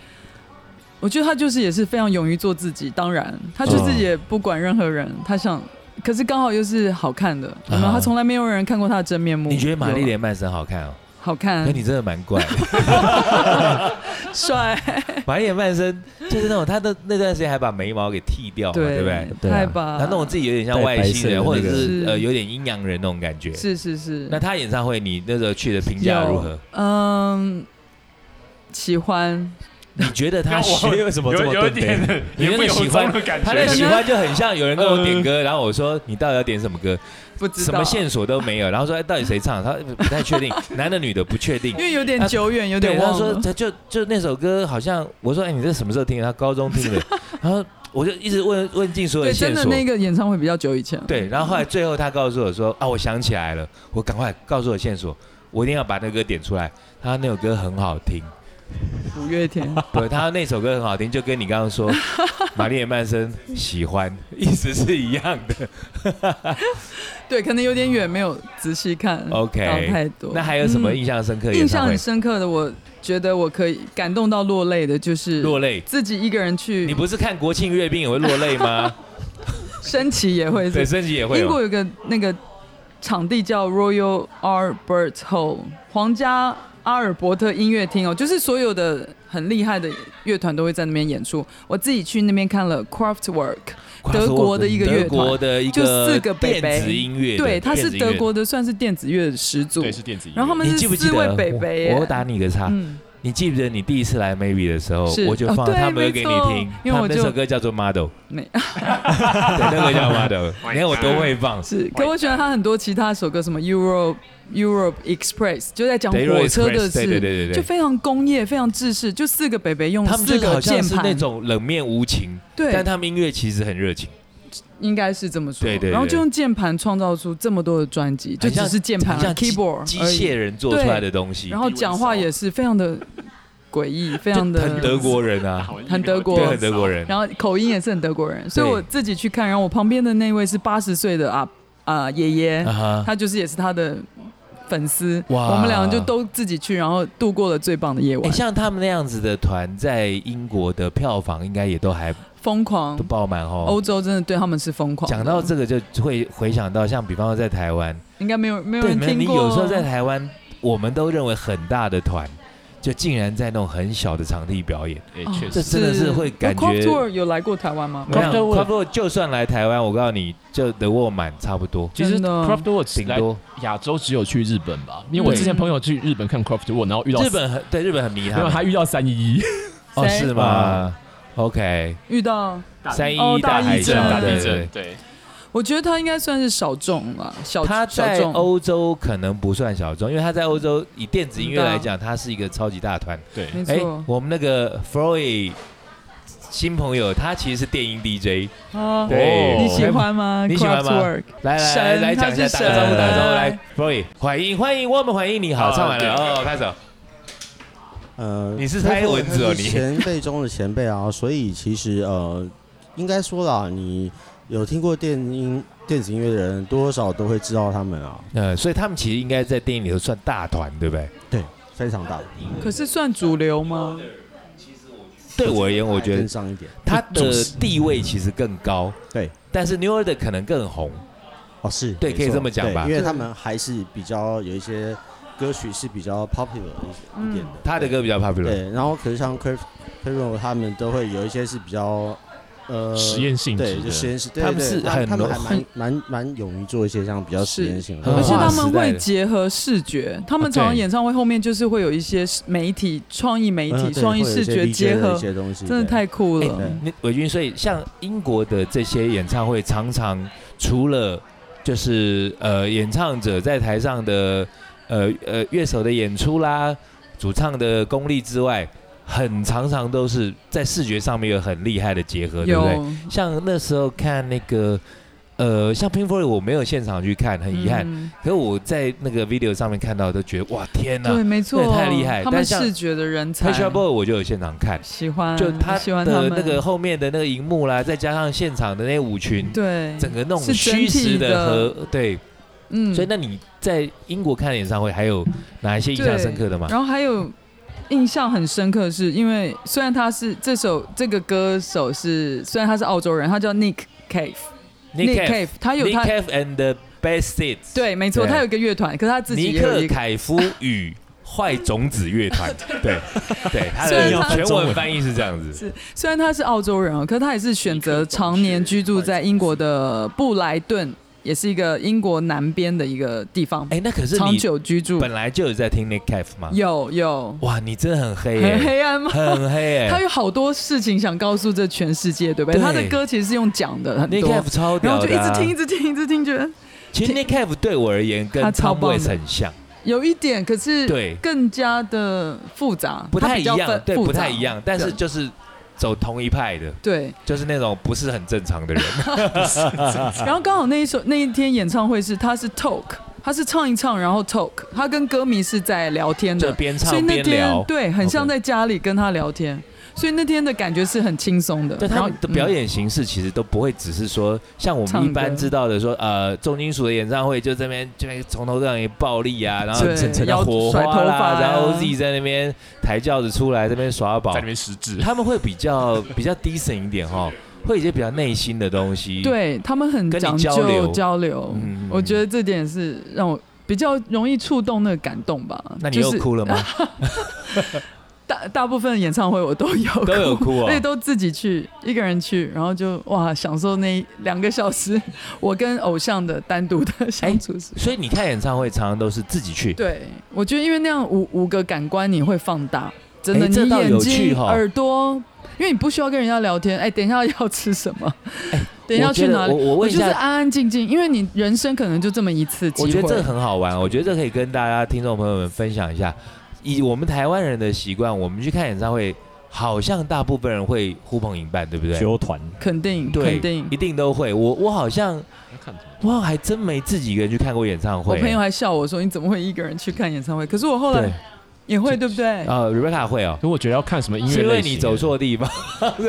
我觉得他就是也是非常勇于做自己，当然他就是也不管任何人，他想，可是刚好又是好看的，有没有？啊他从来没有人看过他的真面目。你觉得玛丽嗯有莲曼森好看哦？好看那，你真的蛮怪的。 帅，玛丽莲曼森就是那种，他的那段时间还把眉毛给剃掉嘛， 对不对？对啊太棒，他弄自己有点像外星人，呃戴白色的那或个者是是呃有点阴阳人那种感觉。是是是，那他演唱会你那时候去的评价如何？嗯，喜欢，你觉得他喜我为什么这有么有钝点杯？ 你也那不个由喜欢衷的感他那个觉。喜欢就很像有人跟我点歌，然后我说你到底要点什么歌，不嗯知什道么，线索都没有，然后说哎到底谁唱，他不太确 定，男的女的不确定因。为有点久远，有对，点他忘说了。他就就那首歌好像我说哎你这什么时候听的？他高中 听的，然后我就一直问问尽所有对，的线真的索。那个演唱会比较久以 前。对，然后后来最后他告诉我说啊，我想起来了，我赶快告诉我线索，我一定要把那个歌点出来。他那首歌很好听， 五月天， 对，他那首歌很好听，就跟你刚刚说玛丽莲曼森喜欢意思是一样 的。对，可能有点远，没有仔细看到 OK 太多。那还有什么嗯印象深刻的演印唱象会很？深刻的？我觉得我可以感动到落泪的，就是落泪。自己一个人你去，不是看国庆阅兵也会落泪 吗？升旗也会对，是。升旗也会英有国。有个那个场地叫 Royal Albert Hall，皇家阿尔伯特音乐厅哦，就是所有的很厉害的乐团都会在那边演出。我自己去那边看了 Kraftwerk，德国的一个乐德团国的一就个四个北北电子音乐的，对，它是电子音乐德国的，算是电子乐始祖对，。是电子音乐。然后他们你是记不记四得位北北耶我我打你个岔，嗯，你记不记得你第一次来 Maybe 的时候是，我就放哦对他们歌给你听没错，因为他我们就那首歌叫做 Model，没 对，那个叫 Model，你看我多会放。是，可我喜欢他很多其他首歌，什么 Europe Europe Express，就在讲 Daily 火车 Express，对对的事，对对就对，非常工业，非常制式，就四个北北用他们就四是好个像键是那盘，种冷面无情，对，但他们音乐其实很热情，应该是这么说。对对对然后就用键盘创造出这么多的专辑，就很像只是键盘很像机 keyboard 机而已械人做出来的东西，然后讲话也是非常的诡异，非常的很德。国人啊，很德国对，很德国人。然后口音也是很德国人，所以我自己去看，然后我旁边的那位是八十岁的啊啊爷爷，啊哈， 他就是也是他的粉丝，哇我们两个就都自己去，然后度过了最棒的夜哎，晚，像他们那样子的团，在英国的票房应该也都还疯狂都。爆满哦欧。洲真的哦对他们是疯狂的，讲到这个，就会回想到像比方说在台湾，应该没有没有对，人你们听你过。哦有时候在台湾，我们都认为很大的团，就竟然在那种很小的场地表演，哎，确这实，真的是会感觉。 c o Tour 有来过台湾吗？我想 Kraftwerk 差不多就算来台湾，我告诉你，就得沃满差不多，其实真的 Craftwork 顶来多。亚洲只有去日本吧，因为我对之前朋友去日本看 Craftwork，然后遇到日本很对日本很迷没他有，们，他遇到三一一，哦谁是吗？OK，遇到，三哦一大海地震啸，大对啊对地对。对，我觉得他应该算是小众了，小他哦小在众。欧洲可能不算小众，因为他在欧洲以电子音乐来讲，他是一个超级大团。对没哎错，，我们那个 Floyd 新朋友，他其实是电音 DJ，啊对你喜欢吗？你喜欢吗 Kraftwerk 来来来神来讲一下，打他是个招呼，神打个招呼，来，Floyd，欢迎欢迎，我们欢迎你好，啊唱完了对哦，拍手。呃，你是拍蚊子哦他是你前辈中的前辈啊， 所以其实呃，应该说啦，你有听过电音电子音乐的人，多少都会知道他们啊，呃，所以他们其实应该在电影里头算大团，对不对？非常大。可是算主流吗？对我而言，我觉得跟上一点他的地位其实更高，对，但是 New Order 可能更红，哦，是对没可以错这么讲对吧因为他们还是比较有一些歌曲是比较 popular 一些一点的，嗯他的歌比较 popular。对，然后可是像 c r a f t c r a f t 他们都会有一些是比较呃实验性质对，就实的，验室，对他们对是他们他们很还蛮蛮蛮勇于做一些这样比较实验性的是东而西，嗯且他们嗯时代会的结合视觉，他们啊常常对演唱会后面就是会有一些媒体、创意媒嗯体、对创意会有一视些觉 DJ 结的合一，些东西，真的对太酷了。对那伟军，所以像英国的这些演唱会，常常除了就是呃演唱者在台上的呃呃乐手的演出啦，主唱的功力之外，很常常都是在视觉上面有很厉害的结合，对不对？有像那时候看那个呃，像 Pink Floyd 我没有现场去看，很遗憾，嗯可是我在那个 video 上面看到，都觉得哇天呐、对，没错，太厉害他但们像视觉的人 p 才 a，t r Boy 我就有现场看。喜欢，就他嗯喜欢他的们那个后面的那个荧幕啦，再加上现场的那些舞群，对，整个那种嗯是整虚实体的的和对，嗯所以那你在英国看的演唱会还有哪一些印象深刻的吗？然后还有印象很深刻的是，因为虽然他是这首这个歌手是虽然他是澳洲人，他叫 Nick Cave，Nick Cave， Cave，他有 Nick 他 Cave and the Best Hits，对，没错，对他有一个乐团，可是他自己尼也有克一个。凯夫与坏种子乐 团，对对，他虽的然他全文翻译是这样子，虽然他是澳洲人哦，可他也是选择常年居住在英国的布莱顿也是一个英国南边的一个地方，哎，那可是长你久居住。本来就有在听 Nick Cave 吗？有有，哇，你真的很黑很耶， 黑暗吗？很黑他哎有好多事情想告诉这全世界，对不对？对他的歌其实是用讲的很，Nick 多 Cave，超然屌后就一的直啊。听，一直听，一直听，觉得其实 Nick Cave 对我而言跟他超 Tom 棒的 Waits 很像，有一点，可是对更加的复杂，不它太比一较样分，对，复不杂太一样，但是对就是走同一派的，对。就是那种不是很正常 的人。然后刚好那一首那一天演唱会是他是 talk，他是唱一唱，然后 talk，他跟歌迷是在聊天就的，边所以唱那边天聊。对，很像 OK 在家里跟他聊天，所以那天的感觉是很轻松的。但然他后嗯们的表、演形式其实都不会只是说，像我们唱一歌般知道的说，呃，重金属的演唱会就这边这边从头到尾暴力啊，然后对整要成火甩花头啦，发啊然后 OZ 在那边抬轿子出来，这边耍宝在里，面实质。他们会比较比较 decent 一点哈，会有一些比较内心的东西。嗯，对他们很跟你讲究交流交流嗯嗯嗯我觉得这点是让我比较容易触动那个感动吧。那你就又是哭了吗？大大部分演唱会 我都有哭都有哭哦 而且都自己去一个人去，然后就哇享受那一两个小时我跟偶像的单独的相处时。所以你看演唱会常常都是自己去，对，我觉得因为那样五五个感官你会放大，真的，哎这你倒有眼趣睛、哈耳朵，因为你不需要跟人家聊天。哎，等一下要吃什 么？ 等一下我觉去得哪里？哎我我我问一就是下，安安静静，因为你人生可能就这么一次机我会。觉得这个很好玩，我觉得这可以跟大家听众朋友们分享一下。以我们台湾人的习惯，我们去看演唱会，好像大部分人会呼朋引伴，对不对？纠团，肯定，对，肯定一。定都会。我我好像哇，还真没自己一个人去看过演唱会。我朋友还笑我说：“你怎么会一个人去看演唱会？”可是我后来对，也会，对不对？呃，Rebecca 会哦，可我觉得要看什么音乐是因为类型，你走。错地方，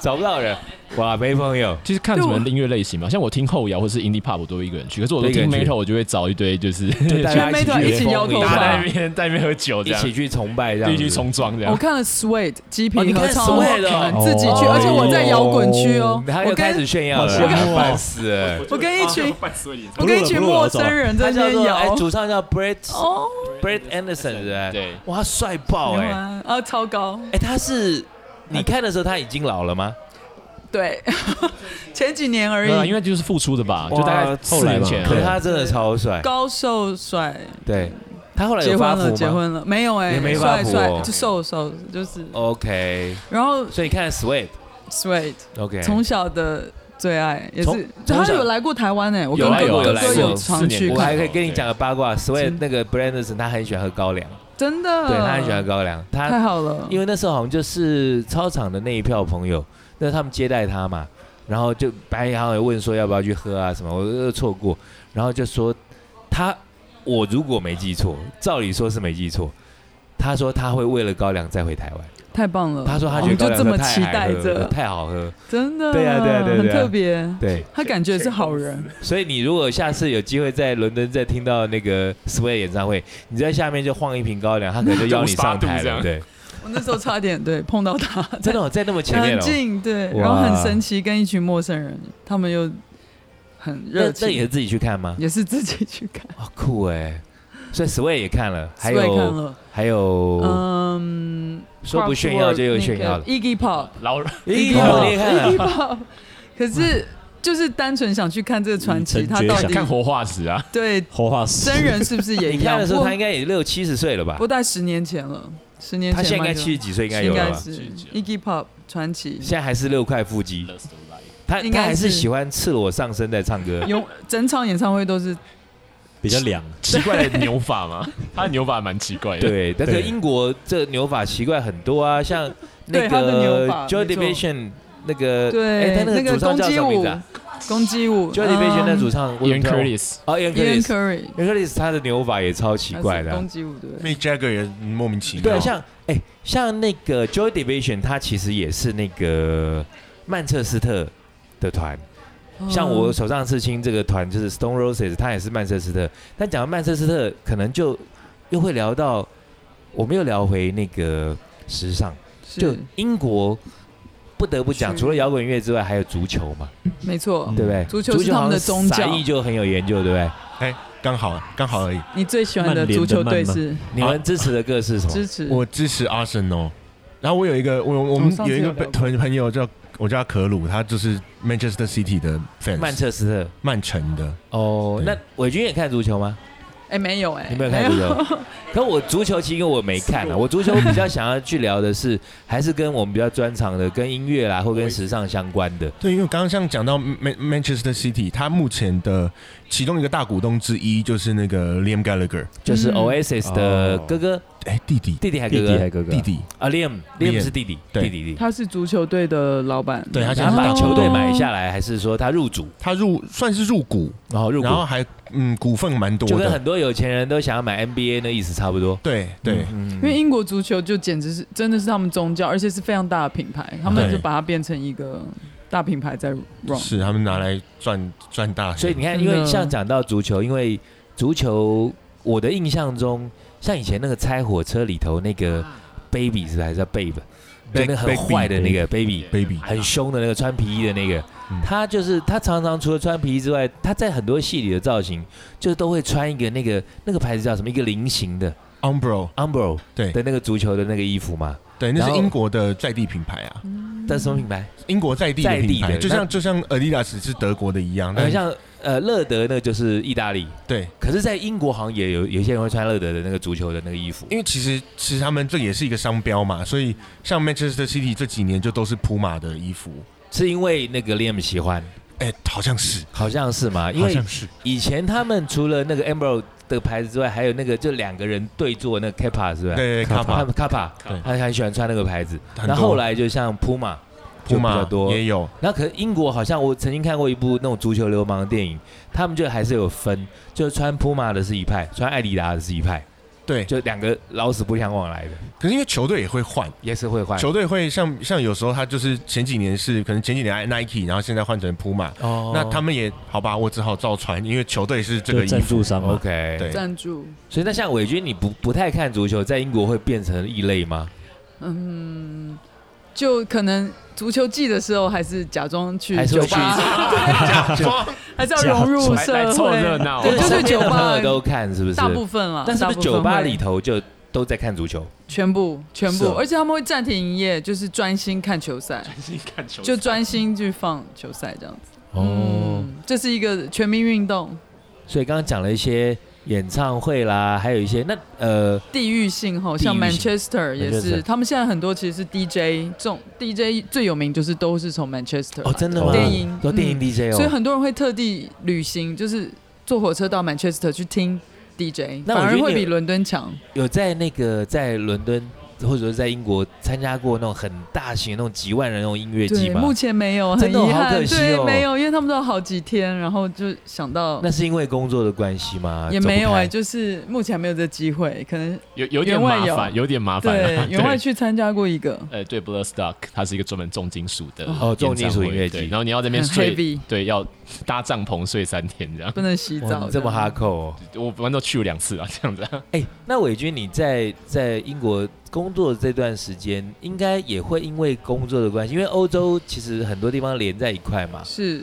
找不到人，哇，没朋友。其实看什么对我音乐类型嘛，像我听后摇或是 indie pop，我都会一个人去。可是我都都一个听人去 metal，我就会找一堆就是就大家全 metal 一一起摇头大家在发那边在那边喝酒这一样，起去崇拜这样一子，起去冲撞这我样。看了 Sweat 鸡啊哦皮你看合唱，我 Sweat 哦自己去，哦而且我在摇滚区哦。他我又开跟始炫耀了我跟啦，烦死了。我跟一群我不录了跟一群不录了陌生人在他那叫边做哎，摇主唱叫 Brett 哦， Brett Anderson 对不对？对，哇，他帅爆没哎！有啊啊，超高，哎，他是你看的时候他已经老了吗？对， 前几年而对啊，因已。为就是付出的吧，哇就大概四年前啊。可是他真的超帅，高瘦帅，对他后来结有发婚福了，吗？结婚了，没有哎、也没发帅福帅哦就瘦瘦，就是， OK，然后所以你看 Sweat Sweet OK，从小的最爱也从是，就从他小有来过台湾哎、我跟有啊哥有啊哥有来哥过有常四去年我过看，还可以跟你讲个八卦，Sweat 真那个 Brett Anderson 他很喜欢喝高粱，真的，对他很喜欢喝高粱，太他好了，因为那时候好像就是操场的那一票朋友，那他们接待他嘛，然后就白天好像有问说要不要去喝啊什么，我又错过，然后就说他，我如果没记错，照理说是没记错，他说他会为了高粱再回台湾，太棒了，他说他哦我觉得高粱真们就这么的太期好待喝了着，太好喝，真的，对啊对啊对啊很对啊特别，对，他感觉是好 人，所以你如果下次有机会在伦敦再听到那个 Sway 演唱会，你在下面就晃一瓶高粱，他可能就邀你上台了，就对，我那时候差点对碰到他，真的哦在那么前面很哦，近，对，哇然后很神奇，跟一群陌生人，他们又很那热那也情是，自己去看吗？也是自己去看，好酷哎！所以 Sway 也看了， 还 Sway 看有了，还有，嗯，说不炫耀就又炫耀了 Iggy Pop， 老咦， Iggy 好 Pop，厉害 Iggy 啊！ Pop，可是就是单纯想去看这个嗯传奇，以成他绝到响底看活化石啊，对活化石真人是不是 也你一样看的？时候，不他应该也六七十岁了吧不？带十年前了，十年前他现在应该蛮久七十几岁，应该有应了该吧？是 Iggy Pop 传奇，现在还是六块腹肌，他应他该还是是喜欢赤裸上身在唱歌。永整场演唱会都是比较凉， 奇怪的牛法嘛， 他的牛法蛮奇怪的。，对，但是对英国这牛法奇怪很多啊， 像那对他的个牛法 Joy 没错 Division 那个，对哎，他那那个个主唱攻叫击什么名舞字啊，攻击舞啊？Joy Division 那主唱 Ian 我 Curtis 哦 i a n 嗯 Curtis，Ian Ian Curry， Curtis 他的牛法也超奇怪的他是啊攻。击舞对， Mick Jagger 也莫名其妙，对，像哎，像那个 Joy Division，他其实也是那个曼彻斯特的团。哦像我手上刺青这个团就是 Stone Roses，它也是曼彻斯特。但讲到曼彻斯特，可能就又会聊到，我们又聊回那个时尚，就是英国不得不讲，是除了摇滚乐之外，还有足球嘛，没错嗯。对不对？足球是他们的宗教足球好像撒意就很有研究，对不对？刚好刚好而已。你最喜欢的足球队是你们支持的歌是什么？支持我支持 Arsenal，然后我有一个我我们哦上有次一个有聊过朋朋友叫我叫他可鲁，他就是 Manchester City 的 fans，曼彻斯特。曼城的。哦，对那伟君也看足球吗？哎，没有哎， 你没有看足球？可我足球其实因为我没看啊，我足球比较想要去聊的是， 还是跟我们比较专长的，跟音乐啦，或跟时尚相关的。对，因为刚刚像讲到 Man Manchester City，他目前的其中一个大股东之一就是那个 Liam Gallagher，就是 Oasis 嗯的哦哥哥、哎，弟弟，弟弟还哥弟弟还哥哥哥弟，弟，啊，Liam Liam 是弟弟，弟对弟弟。他是足球队的老板，对他现在他是把大球队买哦下来，还是说他入主，他入算是入股，然后入股然，后还嗯股份蛮多就跟的，很多有钱人都想要买 NBA 的意思差不多。对对，嗯因为英国足球就简直是真的是他们宗教，而且是非常大的品牌，他们就把它变成一个大品牌在 run。是他们拿来赚赚大钱，嗯所以你看，真因的为像讲到足球，因为足球，我的印象中，像以前那个拆火车里头那个 baby 是不是还是叫 babe，就那个很 Big- 坏的那个 baby， baby 很凶的那个穿皮衣的那个嗯，他就是他常常除了穿皮衣之外，他在很多戏里的造型，就是都会穿一个那个那个牌子叫什么一个菱形的 Umbro， umbro 对的那个足球的那个衣服嘛，对，那然是后英国的在地品牌啊，但是什么品牌？英国在地在的地品牌，的就那像就像 Adidas 是德国的一样，很但像呃乐德那个就是意大利，对，可是，在英国好像也有有一些人会穿乐德的那个足球的那个衣服。因为其实其实他们这也是一个商标嘛，所以像 Manchester City 这几年就都是普马的衣服，是因为那个 Liam 喜欢，哎，好像是，好像是嘛？因好为像是，以前他们除了那个 Amber 的牌子之外，还有那个就两个人对坐那个 Kappa 是吧？，对，卡他帕们 Kappa，对他很喜欢穿那个牌子。很那多后来就像 Puma，普就比较马多也有，那可是英国好像我曾经看过一部那种足球流氓的电影，他们就还是有分，就是穿 Puma 的是一派，穿艾迪达的是一派，对，就两个老死不相往来的，可是因为球队也会换。也是会换。球队会像像有时候他就是前几年是可能前几年 Nike，然后现在换成 Puma，、哦那他们也好吧，我只好照穿，因为球队是这就个衣赞助服。商嘛， OK，对赞助，所以那像伟军，你不不太看足球，在英国会变成异类吗？嗯，就可能足球季的时候还是假装去还是酒会去吧， 还是要融入来来社凑热会，闹。对就是就是身边 酒的吧朋友都看，是不是？大部分了。但是大不部是分酒吧会里头就都在看足球？全部全是部哦，而且他们会暂停营业，就是专心看球赛，看球就专心去放球赛这样子。哦嗯，这是一个全民运动，所以刚刚讲了一些演唱会啦，还有一些那呃，地域性吼，地域像性 Manchester 也 Manchester 是，他们现在很多其实是 DJ 这种 DJ 最有名就是都是从 Manchester 哦，来真的吗？呃电影有电影嗯 DJ 所以哦。很多人会特地旅行，就是坐火车到 Manchester 去听 DJ，那我反觉而得会你比伦敦强。有在那个在伦敦或者说在英国参加过那种很大型的那种几万人那种音乐季对，吗目？前没有，很真的哦遗好憾可，惜哦对，没有，因为他们都有好几天，然后就想到那是因为工作的关系吗？也没啊走有不哎、开就是目前没有这机会，可能有有点员外麻有烦，有点麻 烦对啊。员外去参加过一个，呃，对，Bloodstock，它是一个专门重金属的哦重金属音乐演季唱会对然后你要在那边 很睡 heavy，对，要搭帐篷睡三天这样。 不能洗哇澡，你这么哈样扣哦。我反正都去了两次啊，这样子啊。哎，那伟军你在在英国工作这段时间，应该也会因为工作的关系，因为欧洲其实很多地方连在一块嘛，是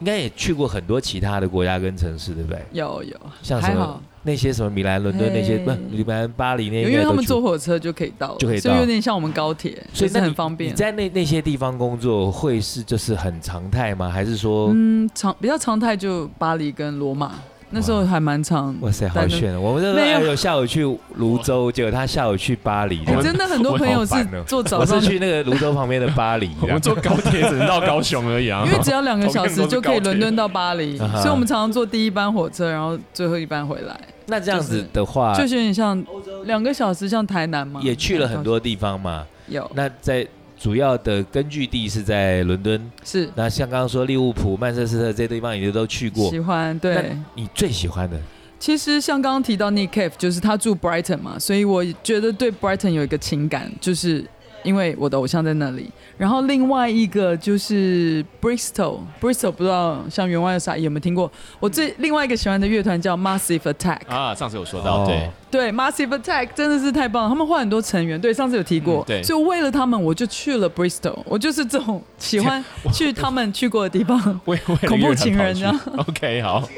应该也去过很多其他的国家跟城市，对不对？有有，像什还么好，那些什么米兰、伦敦那些，嘿不，米兰、巴黎那些，因为他们做，坐火车就可以到了，就可以所以到有点像我们高铁，所以就是那你很方你便。在那那些地方工作会是就是很常态吗？还是说，嗯，常比较常态就巴黎跟罗马，那时候还蛮常。哇塞，好但是炫！哦我们这没有有下午去泸州，结果他下午去巴黎，这我样哎真的很多朋友是我好烦哦坐早我是上，去那个泸州旁边的巴黎， 我 这样们坐高铁只能到高雄而已啊 因。为只要两个同小样都是时就可以高铁伦敦到巴 黎，啊哈所以我们常常坐第一班火车，然后最后一班回来，那这样子就是的话，就是有点像两个小时，像台南嘛，啊也去了很多地方嘛。有那在主要的根据地是在伦敦，是那像刚刚说利物浦、曼彻斯特这些地方，你都去过喜。欢对那。你最喜欢的其实像刚刚提到 Nick Cave，就是他住 Brighton 嘛，所以我觉得对 Brighton 有一个情感，就是因为我的偶像在那里。然后另外一个就是 Bristol，Bristol 不知道像员外有啥有没有听过？我最另外一个喜欢的乐团叫 Massive Attack，、啊，上次有说到，哦对，对 Massive Attack 真的是太棒了，他们换很多成员，对上次有提过嗯，对所以为了他们我就去了 Bristol，我就是这种喜欢去他们去过的地方，为为了恐怖乐团情人啊跑去 这样 OK，好，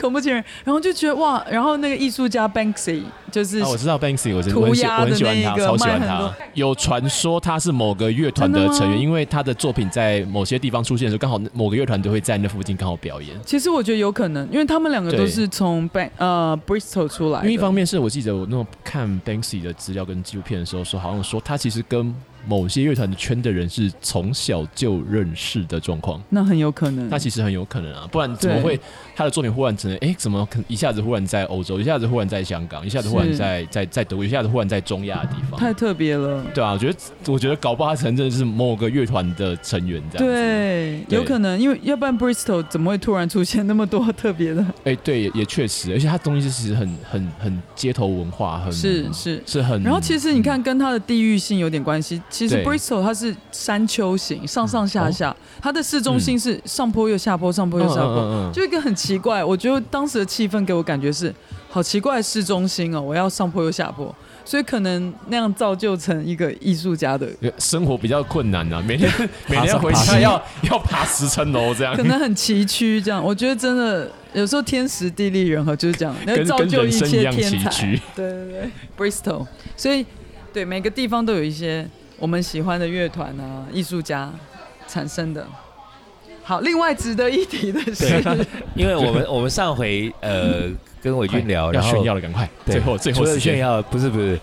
恐怖情人，然后就觉得哇，然后那个艺术家 Banksy 就是、啊，我知道 Banksy，我真的我涂很喜我鸦的很喜那欢一他，个超喜卖欢很他多。有传说他是某个乐团真的的吗成员，因为他的作品在某些地方出现的时候，刚好某个乐团都会在那附近刚好表演。其实我觉得有可能，因为他们两个对都是从 Ban 呃 Bristol 出来的，因为一方面是我记得我那种看 Banksy 的资料跟纪录片的时候说，好像说他其实跟某些乐团的圈的人是从小就认识的状况。那很有可能那。其实很有可能啊，不然怎么嗯对会他的作品忽然成？哎、怎么可能一下子忽然在欧洲，一下子忽然在香港，一下子忽然是在在在德国，一下子忽然在中亚的地方？太特别了，对啊，我觉得我觉得搞不好他可能真的是某个乐团的成员这样子。，对，对有可能，因为要不然 Bristol 怎么会突然出现那么多特别的？哎、对，也也确实，而且他东西其实很很很街头文化，很是是。是很。然后其实你看，跟它的地域性有点关系。其实对哦 Bristol 它是山丘型，上上下下，它的市中心是上坡又下坡，上坡嗯，又嗯下坡，嗯嗯嗯就一个很奇怪。我觉得当时的气氛给我感觉是，好奇怪的市中心哦，我要上坡又下坡，所以可能那样造就成一个艺术家的，生活比较困难啊，每天每天上回嗯爬家山要 要爬十层楼这样可，能很崎岖这样。我觉得真的有时候天时地利人和就是这样，能跟造跟就人生一切样崎天才。岖。对对对，Bristol，所以对每个地方都有一些我们喜欢的乐团啊、艺术家产生的。好，另外值得一提的是，因为我 们我们上回呃跟伟军聊，哎要然炫后耀了，赶快，对最后最后除时了炫间。耀，不是不是，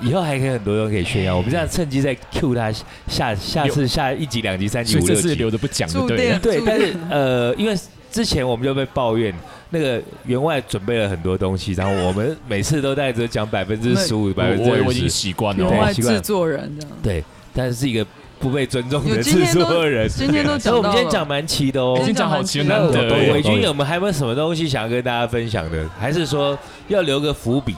以后还可以很多东西可以哎炫耀。我们这样趁机再 Q 他下下次下一集、两集、三集、所以五这六次集。留着不讲就住对店 了。对住，但是呃，因为之前我们就被抱怨那个员外准备了很多东西，然后我们每次都在只讲百分之十 五、我百分之我我二已经十，习惯员对了。外习惯制了作人这样。对，但是一个不被尊重有的今制天都作人。今天都所以我讲 们到了，今天讲蛮齐的哦今。天讲好奇难对得董哦，伟军有没有还有没有什么东西想要跟大家分享的？还是说要留个伏笔，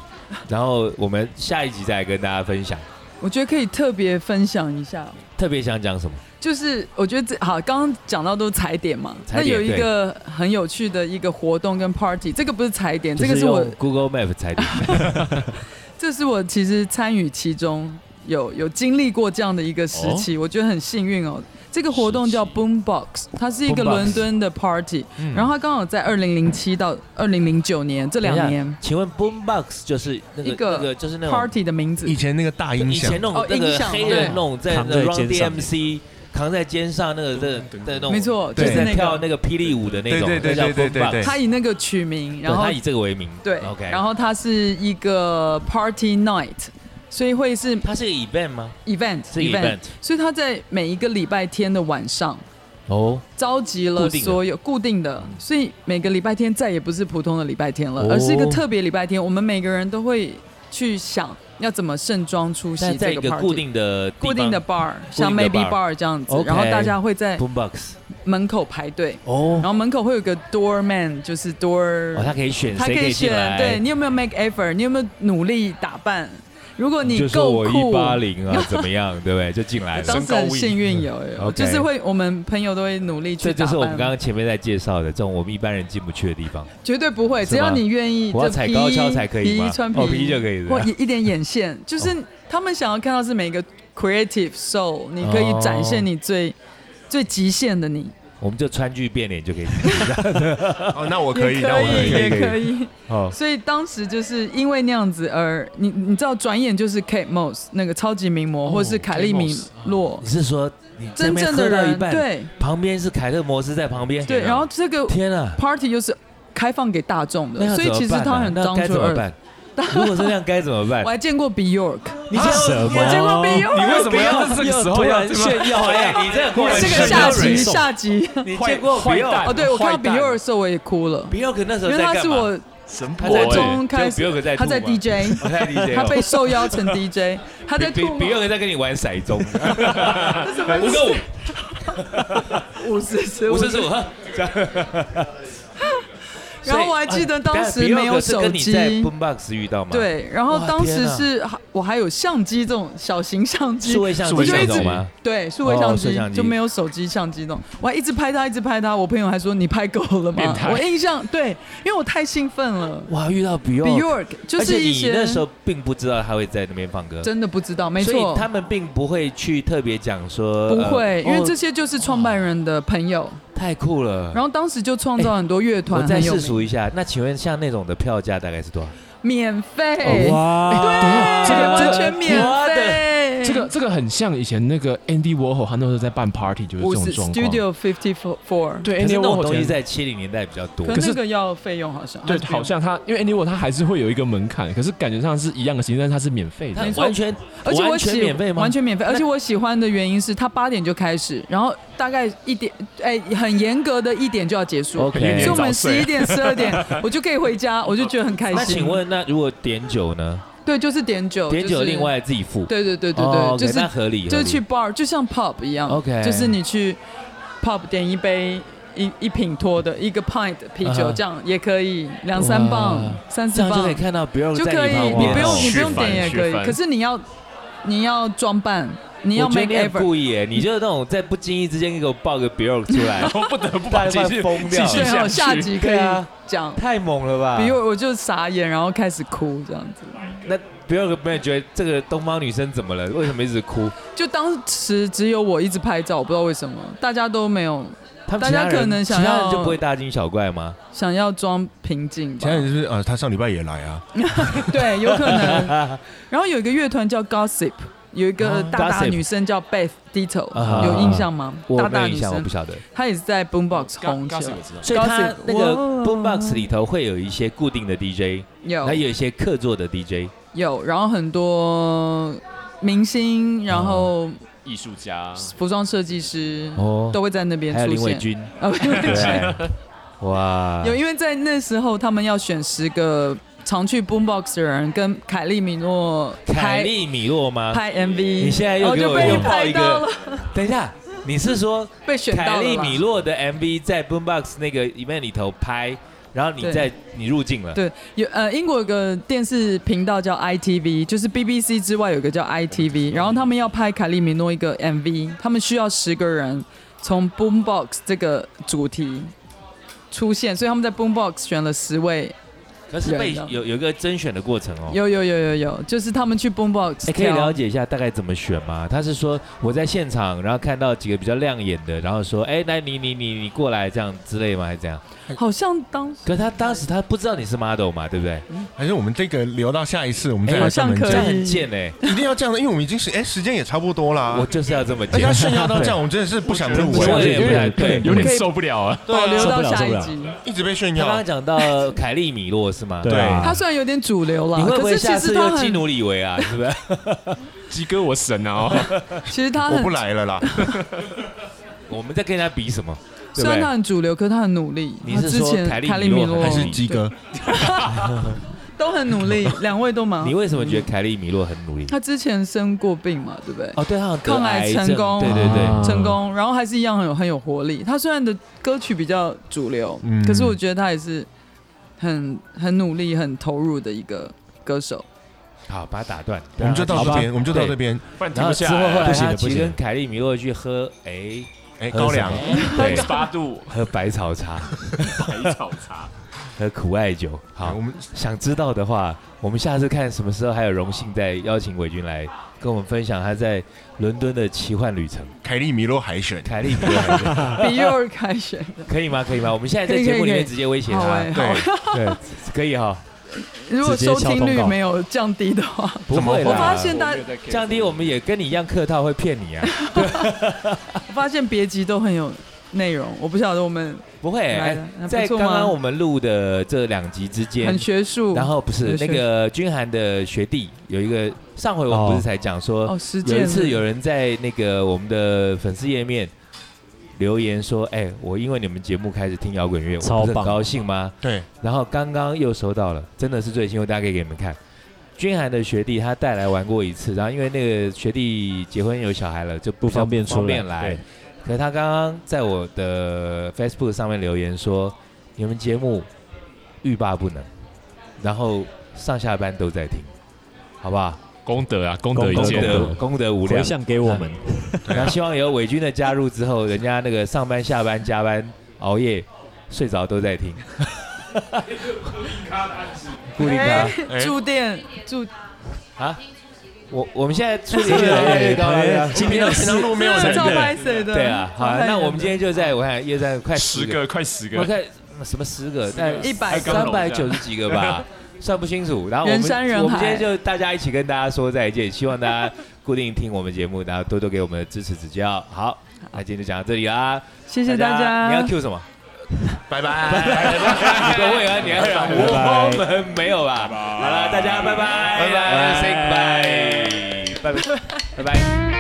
然后我们下一集再来跟大家分享？我觉得可以特别分享一下，特别想讲什么？就是我觉得这好，刚刚讲到都是踩点嘛，踩那点有一个很有趣的一个活动跟 party，这个不是踩点，这个就是我用 Google Map 才定。这是我其实参与其中有有经历过这样的一个时期，我觉得很幸运哦。这个活动叫时期 Boombox，它是一个 Boombox 嗯伦敦的 party，然后它刚好在二零零七到二零零九年这两年请问 Boombox 就是那个一个那个就是那种 party 的名字以，前那个大音以响前，那种哦那音个响黑人对那种在扛那个在 Run 肩上 DMC 扛在肩上那个的的那种，没，错，就就是是在那跳个，那个霹雳舞的那种，对对那叫对对对 Boombox 对他以那个取名，然对后他以这个为名，对，OK，然后它是一个 party night，所以会是它是个 event 吗？ event 是 event 所以它在每一个礼拜天的晚上。哦，召集固了定的嗯所有固定的，所以每个礼拜天再也不是普通的礼拜天了，哦而是一个特别礼拜天。我们每个人都会去想要怎么盛装出席但在这一个个 party。固定的地方固定的 bar，像 bar maybe bar 这样子， OK 然后大家会在 Boombox 门口排队，哦然后门口会有个 doorman，就是 door，哦，他可以选他谁可以以进选，来，对你有没有 make effort，你有没有努力打扮？如果你就说够我一酷，八零啊，怎么样， 对不对？就进来了。当时很幸运有，有嗯 OK 就是会我们朋友都会努力去这打扮。就是我们刚刚前面在介绍的这种我们一般人进不去的地方。绝对不会，是吗只要你愿意，我要这踩皮高跷才可以吗皮衣穿皮哦衣皮衣就可以是吧哦或一一点眼线，就是他们想要看到是每一个 creative soul，你可以展哦现你最、最极限的你，我们就川剧变脸就可以。哦，那我也可以，那我以，可以，也可以。哦，所以当时就是因为那样子而你你知道，转眼就是 Kate Moss 那个超级名模，哦或是凯莉 Kate 米 Moss，洛你，是说你这真边正的喝到人一，半，对旁边是凯特摩斯在旁边，对。然后这个天啊， party 又是开放给大众那的，要所以其实怎么办它啊很那 down 该 to 怎么 earth。办？如果是那样该怎么办我？ 还见过 Bjork，你这什我见过 Bjork，你为什么要这个时候要这么炫耀？哎，你这过这个下集下集。你见过比坏尔哦，对，我看到坏比蛋尔的时候我也哭了，比尔可那时因候为在他干是嘛？我神他婆在国吐欸，中开就比尔可始在，他在吐吗 DJ，我在理解哦，他被受邀成 DJ，他在比吐比比尔可在跟你玩骰 盅，五个五，五十十五五四十五，呵然后我还哎记得当时没有等下比尔可是手机跟你在 Boombox 遇到吗？，对，然后哇当时天啊是我还有相机这种小型相机数，位相数我位机就一那直种吗？对数位哦相数位机相机就没有手机相机那种，我还一直拍他，一直拍他，我朋友还说你拍够 了变吗？态我印象对，因为我太兴奋了。哇，遇到比尔， Bjork 就而且是一你些那时候并不知道他会在那边放歌，真的不知道，没所以错，他们并不会去特别讲说，不呃会，因为哦这些就是创办人的朋友。太酷了。然后当时就创造很多乐哎我团再很有世名，俗一下。那请问像那种的票价大概是多少？免哦费，哇，对，这个完全免我费，这个这个很像以前那个 Andy Warhol，他那时候在办 party 就是五这十种状况。 Studio Fifty Four，对可 Andy 是那种 Warhol 东西前在七零年代比较多可可是那个要费用好像，对，还是不用好像他因为 Andy Warhol 他还是会有一个门槛，可是感觉上是一样的形式，但是它是免费它的。错完全而且我完喜全免费吗？完全免费，而且我喜欢的原因是它八点就开始，然后大概一点，哎，很严格的一点就要结束。 OK 哦所以我早们睡十一点、十 二点，我就可以回家，我就觉得很开心。那请，问，那如果点酒呢？对，就是点酒，点就酒是另，外自己付。对对对对哦，OK，对，就是那合理，就合是理去 bar，就像 pub 一样 OK 就是你去 pub 点一杯一一品托的一个 pint 啤酒啊哈这样也可以，两三磅哇、三这四样就磅可以看到 b i l 就在可以，旁你边不用哦你不续用饭点也续可以，饭可是你要你要装扮，你要我觉 make 得你很 ever。故意耶，你就是那种在不经意之间给我爆个 b i l 出 来，我不得不大把家继快续疯掉继续最了，下后下去集可对以啊讲，太猛了吧比如我就傻眼，然后开始哭这样子。 b i l 没有觉得这个东方女生怎么了？为什么一直哭？就当时只有我一直拍照，我不知道为什么大家都没有他们大其他家人可能想其他人要就不会大惊小怪吗？想要装平静吧前？两就是呃，他上礼拜也来啊，对，有可能。然后有一个乐团叫 Gossip，有一个哦大大 Gossip 女生叫 Beth Ditto，啊有印象吗？我大没大有女印象，我生不，晓得。她也是在 Boombox 红刚起来我。知道。所以它 Gossip，那个哇哦 boombox 里头会有一些固定的 DJ，有然后有一些客座的 DJ。有，然后很多明星，然后艺术家，服装设计师哦，都会在那边还有林出伟现。 君， 啊不对，哇，有，因为在那时候他们要选十个常去 Boombox 的人，跟凯利米诺凯拍利米洛吗？拍 MV，你现在然又后给就我被又爆拍一到个了，，等一下，你是说被选到凯了利啦米洛的 MV 在 Boombox 那个 event 里头拍，然后你对在你入境了，对，有呃，英国有个电视频道叫 ITV，就是 BBC 之外有个叫 ITV，然后他们要拍凯利米诺一个 MV，他们需要十个人从 Boombox 这个主题出现，所以他们在 Boombox 选了十位，可是被对的有有一个甄选的过程哦。有有有有有，就是他们去 Boombox 哎，可以挑了解一下大概怎么选吗？他是说我在现场，然后看到几个比较亮眼的，然后说，哎，来你你你你过来这样之类吗？还是怎样？好像当时可是他当时他不知道你是 model 嘛，对不对？还是我们这个留到下一次我们再哎来好像专门讲可这以样很贱哎，一定要这样的，因为我们已经是哎、时间也差不多啦我，就是要这么而且贱哎他。炫耀到这样，我们真的是不想录我也哎，不太对。有点可以受不了啊。保留受不到了下受不一了集。一直被炫他刚耀刚。讲到凯利米洛是吗？对啊他虽然有点主流你啦，会不可会是其下实次他又基很，努里维啊？是不是？鸡哥我神啊！哦其实他我不很，来了啦，我们在跟人家比什么？对虽不然对他？很主流，可是他很努力。你他是之说前凯利凯利米米洛洛还是鸡哥，都很 努力，两位都忙你。为什么觉得凯利米洛很努力？他之前生过病嘛，对不对？哦，对，他好像得抗癌癌症成功对对对，啊成功，然后还是一样很有很有活力。他虽然的歌曲比较主流，嗯可是我觉得他也是很很努力、很投入的一个 歌手。好，把他打断，我们就到这好吧边，我们就到对这边。不然停然后不之下后后来来不行他的不其实行跟凯利米洛去喝，哎，哎，喝高什粱么，二 对 十，八度喝白草茶，白草茶，喝苦艾酒。哎好我，们想知道的话，我们下次看什么时候还有荣幸再邀请伟军来跟我们分享他在伦敦的奇幻旅程。凯利米洛海选，凯利米洛还是，比尔凯旋，可以吗？可以吗？我们现在可在以节目可以里可以面直接威胁好他哎，，对，对，可以哈，如果直接收敲听通率告没有降低的话，不会啦。我发现大家，降低我们也跟你一样客套，会骗你啊？我发现别集都很有内容。我不晓得我们不会、来哎的还在不刚错吗刚我们录的这两集之间很，学术，然后不是有那学个君涵的学弟有一个，上回我们哦不是才讲说，哦，实践有一次的有人在那个我们的粉丝页面留言说，哎、我因为你们节目开始听摇滚乐，我超不是很棒高兴吗？对，然后刚刚又收到了，真的是最新，我大家可以给你们看。君涵的学弟他带来玩过一次，然后因为那个学弟结婚有小孩了，就不不方便不出方来便来对。可是他刚刚在我的 Facebook 上面留言说，你们节目欲罢不能，然后上下班都在听，好不好？功德啊，功德一功功件。德功德无回量。向给我 们，那希望有伟军的加入之后，人家那个上班、下班、加班、熬夜、睡着都在听。固定咖，哎住店住我我们现在出的越来哎越高了。今天平常录没有这个人照的，拍谁的？对啊，好照啊，拍那人我们今天的就在我看又在快十个，个快十我个，看嗯什么十个，十个但一百个三百九十几 个吧，算不清楚。然后我们人山人海我们今天就大家一起跟大家说再见，希望大家固定听我们节目，然后多多给我们的支持指教。好，那今天就讲到这里啦，谢谢大家。你要 Q 什 么？拜拜，你都会啊，你还想我们没有吧？好了，大家拜拜，拜拜，say goodbye，拜拜，拜拜。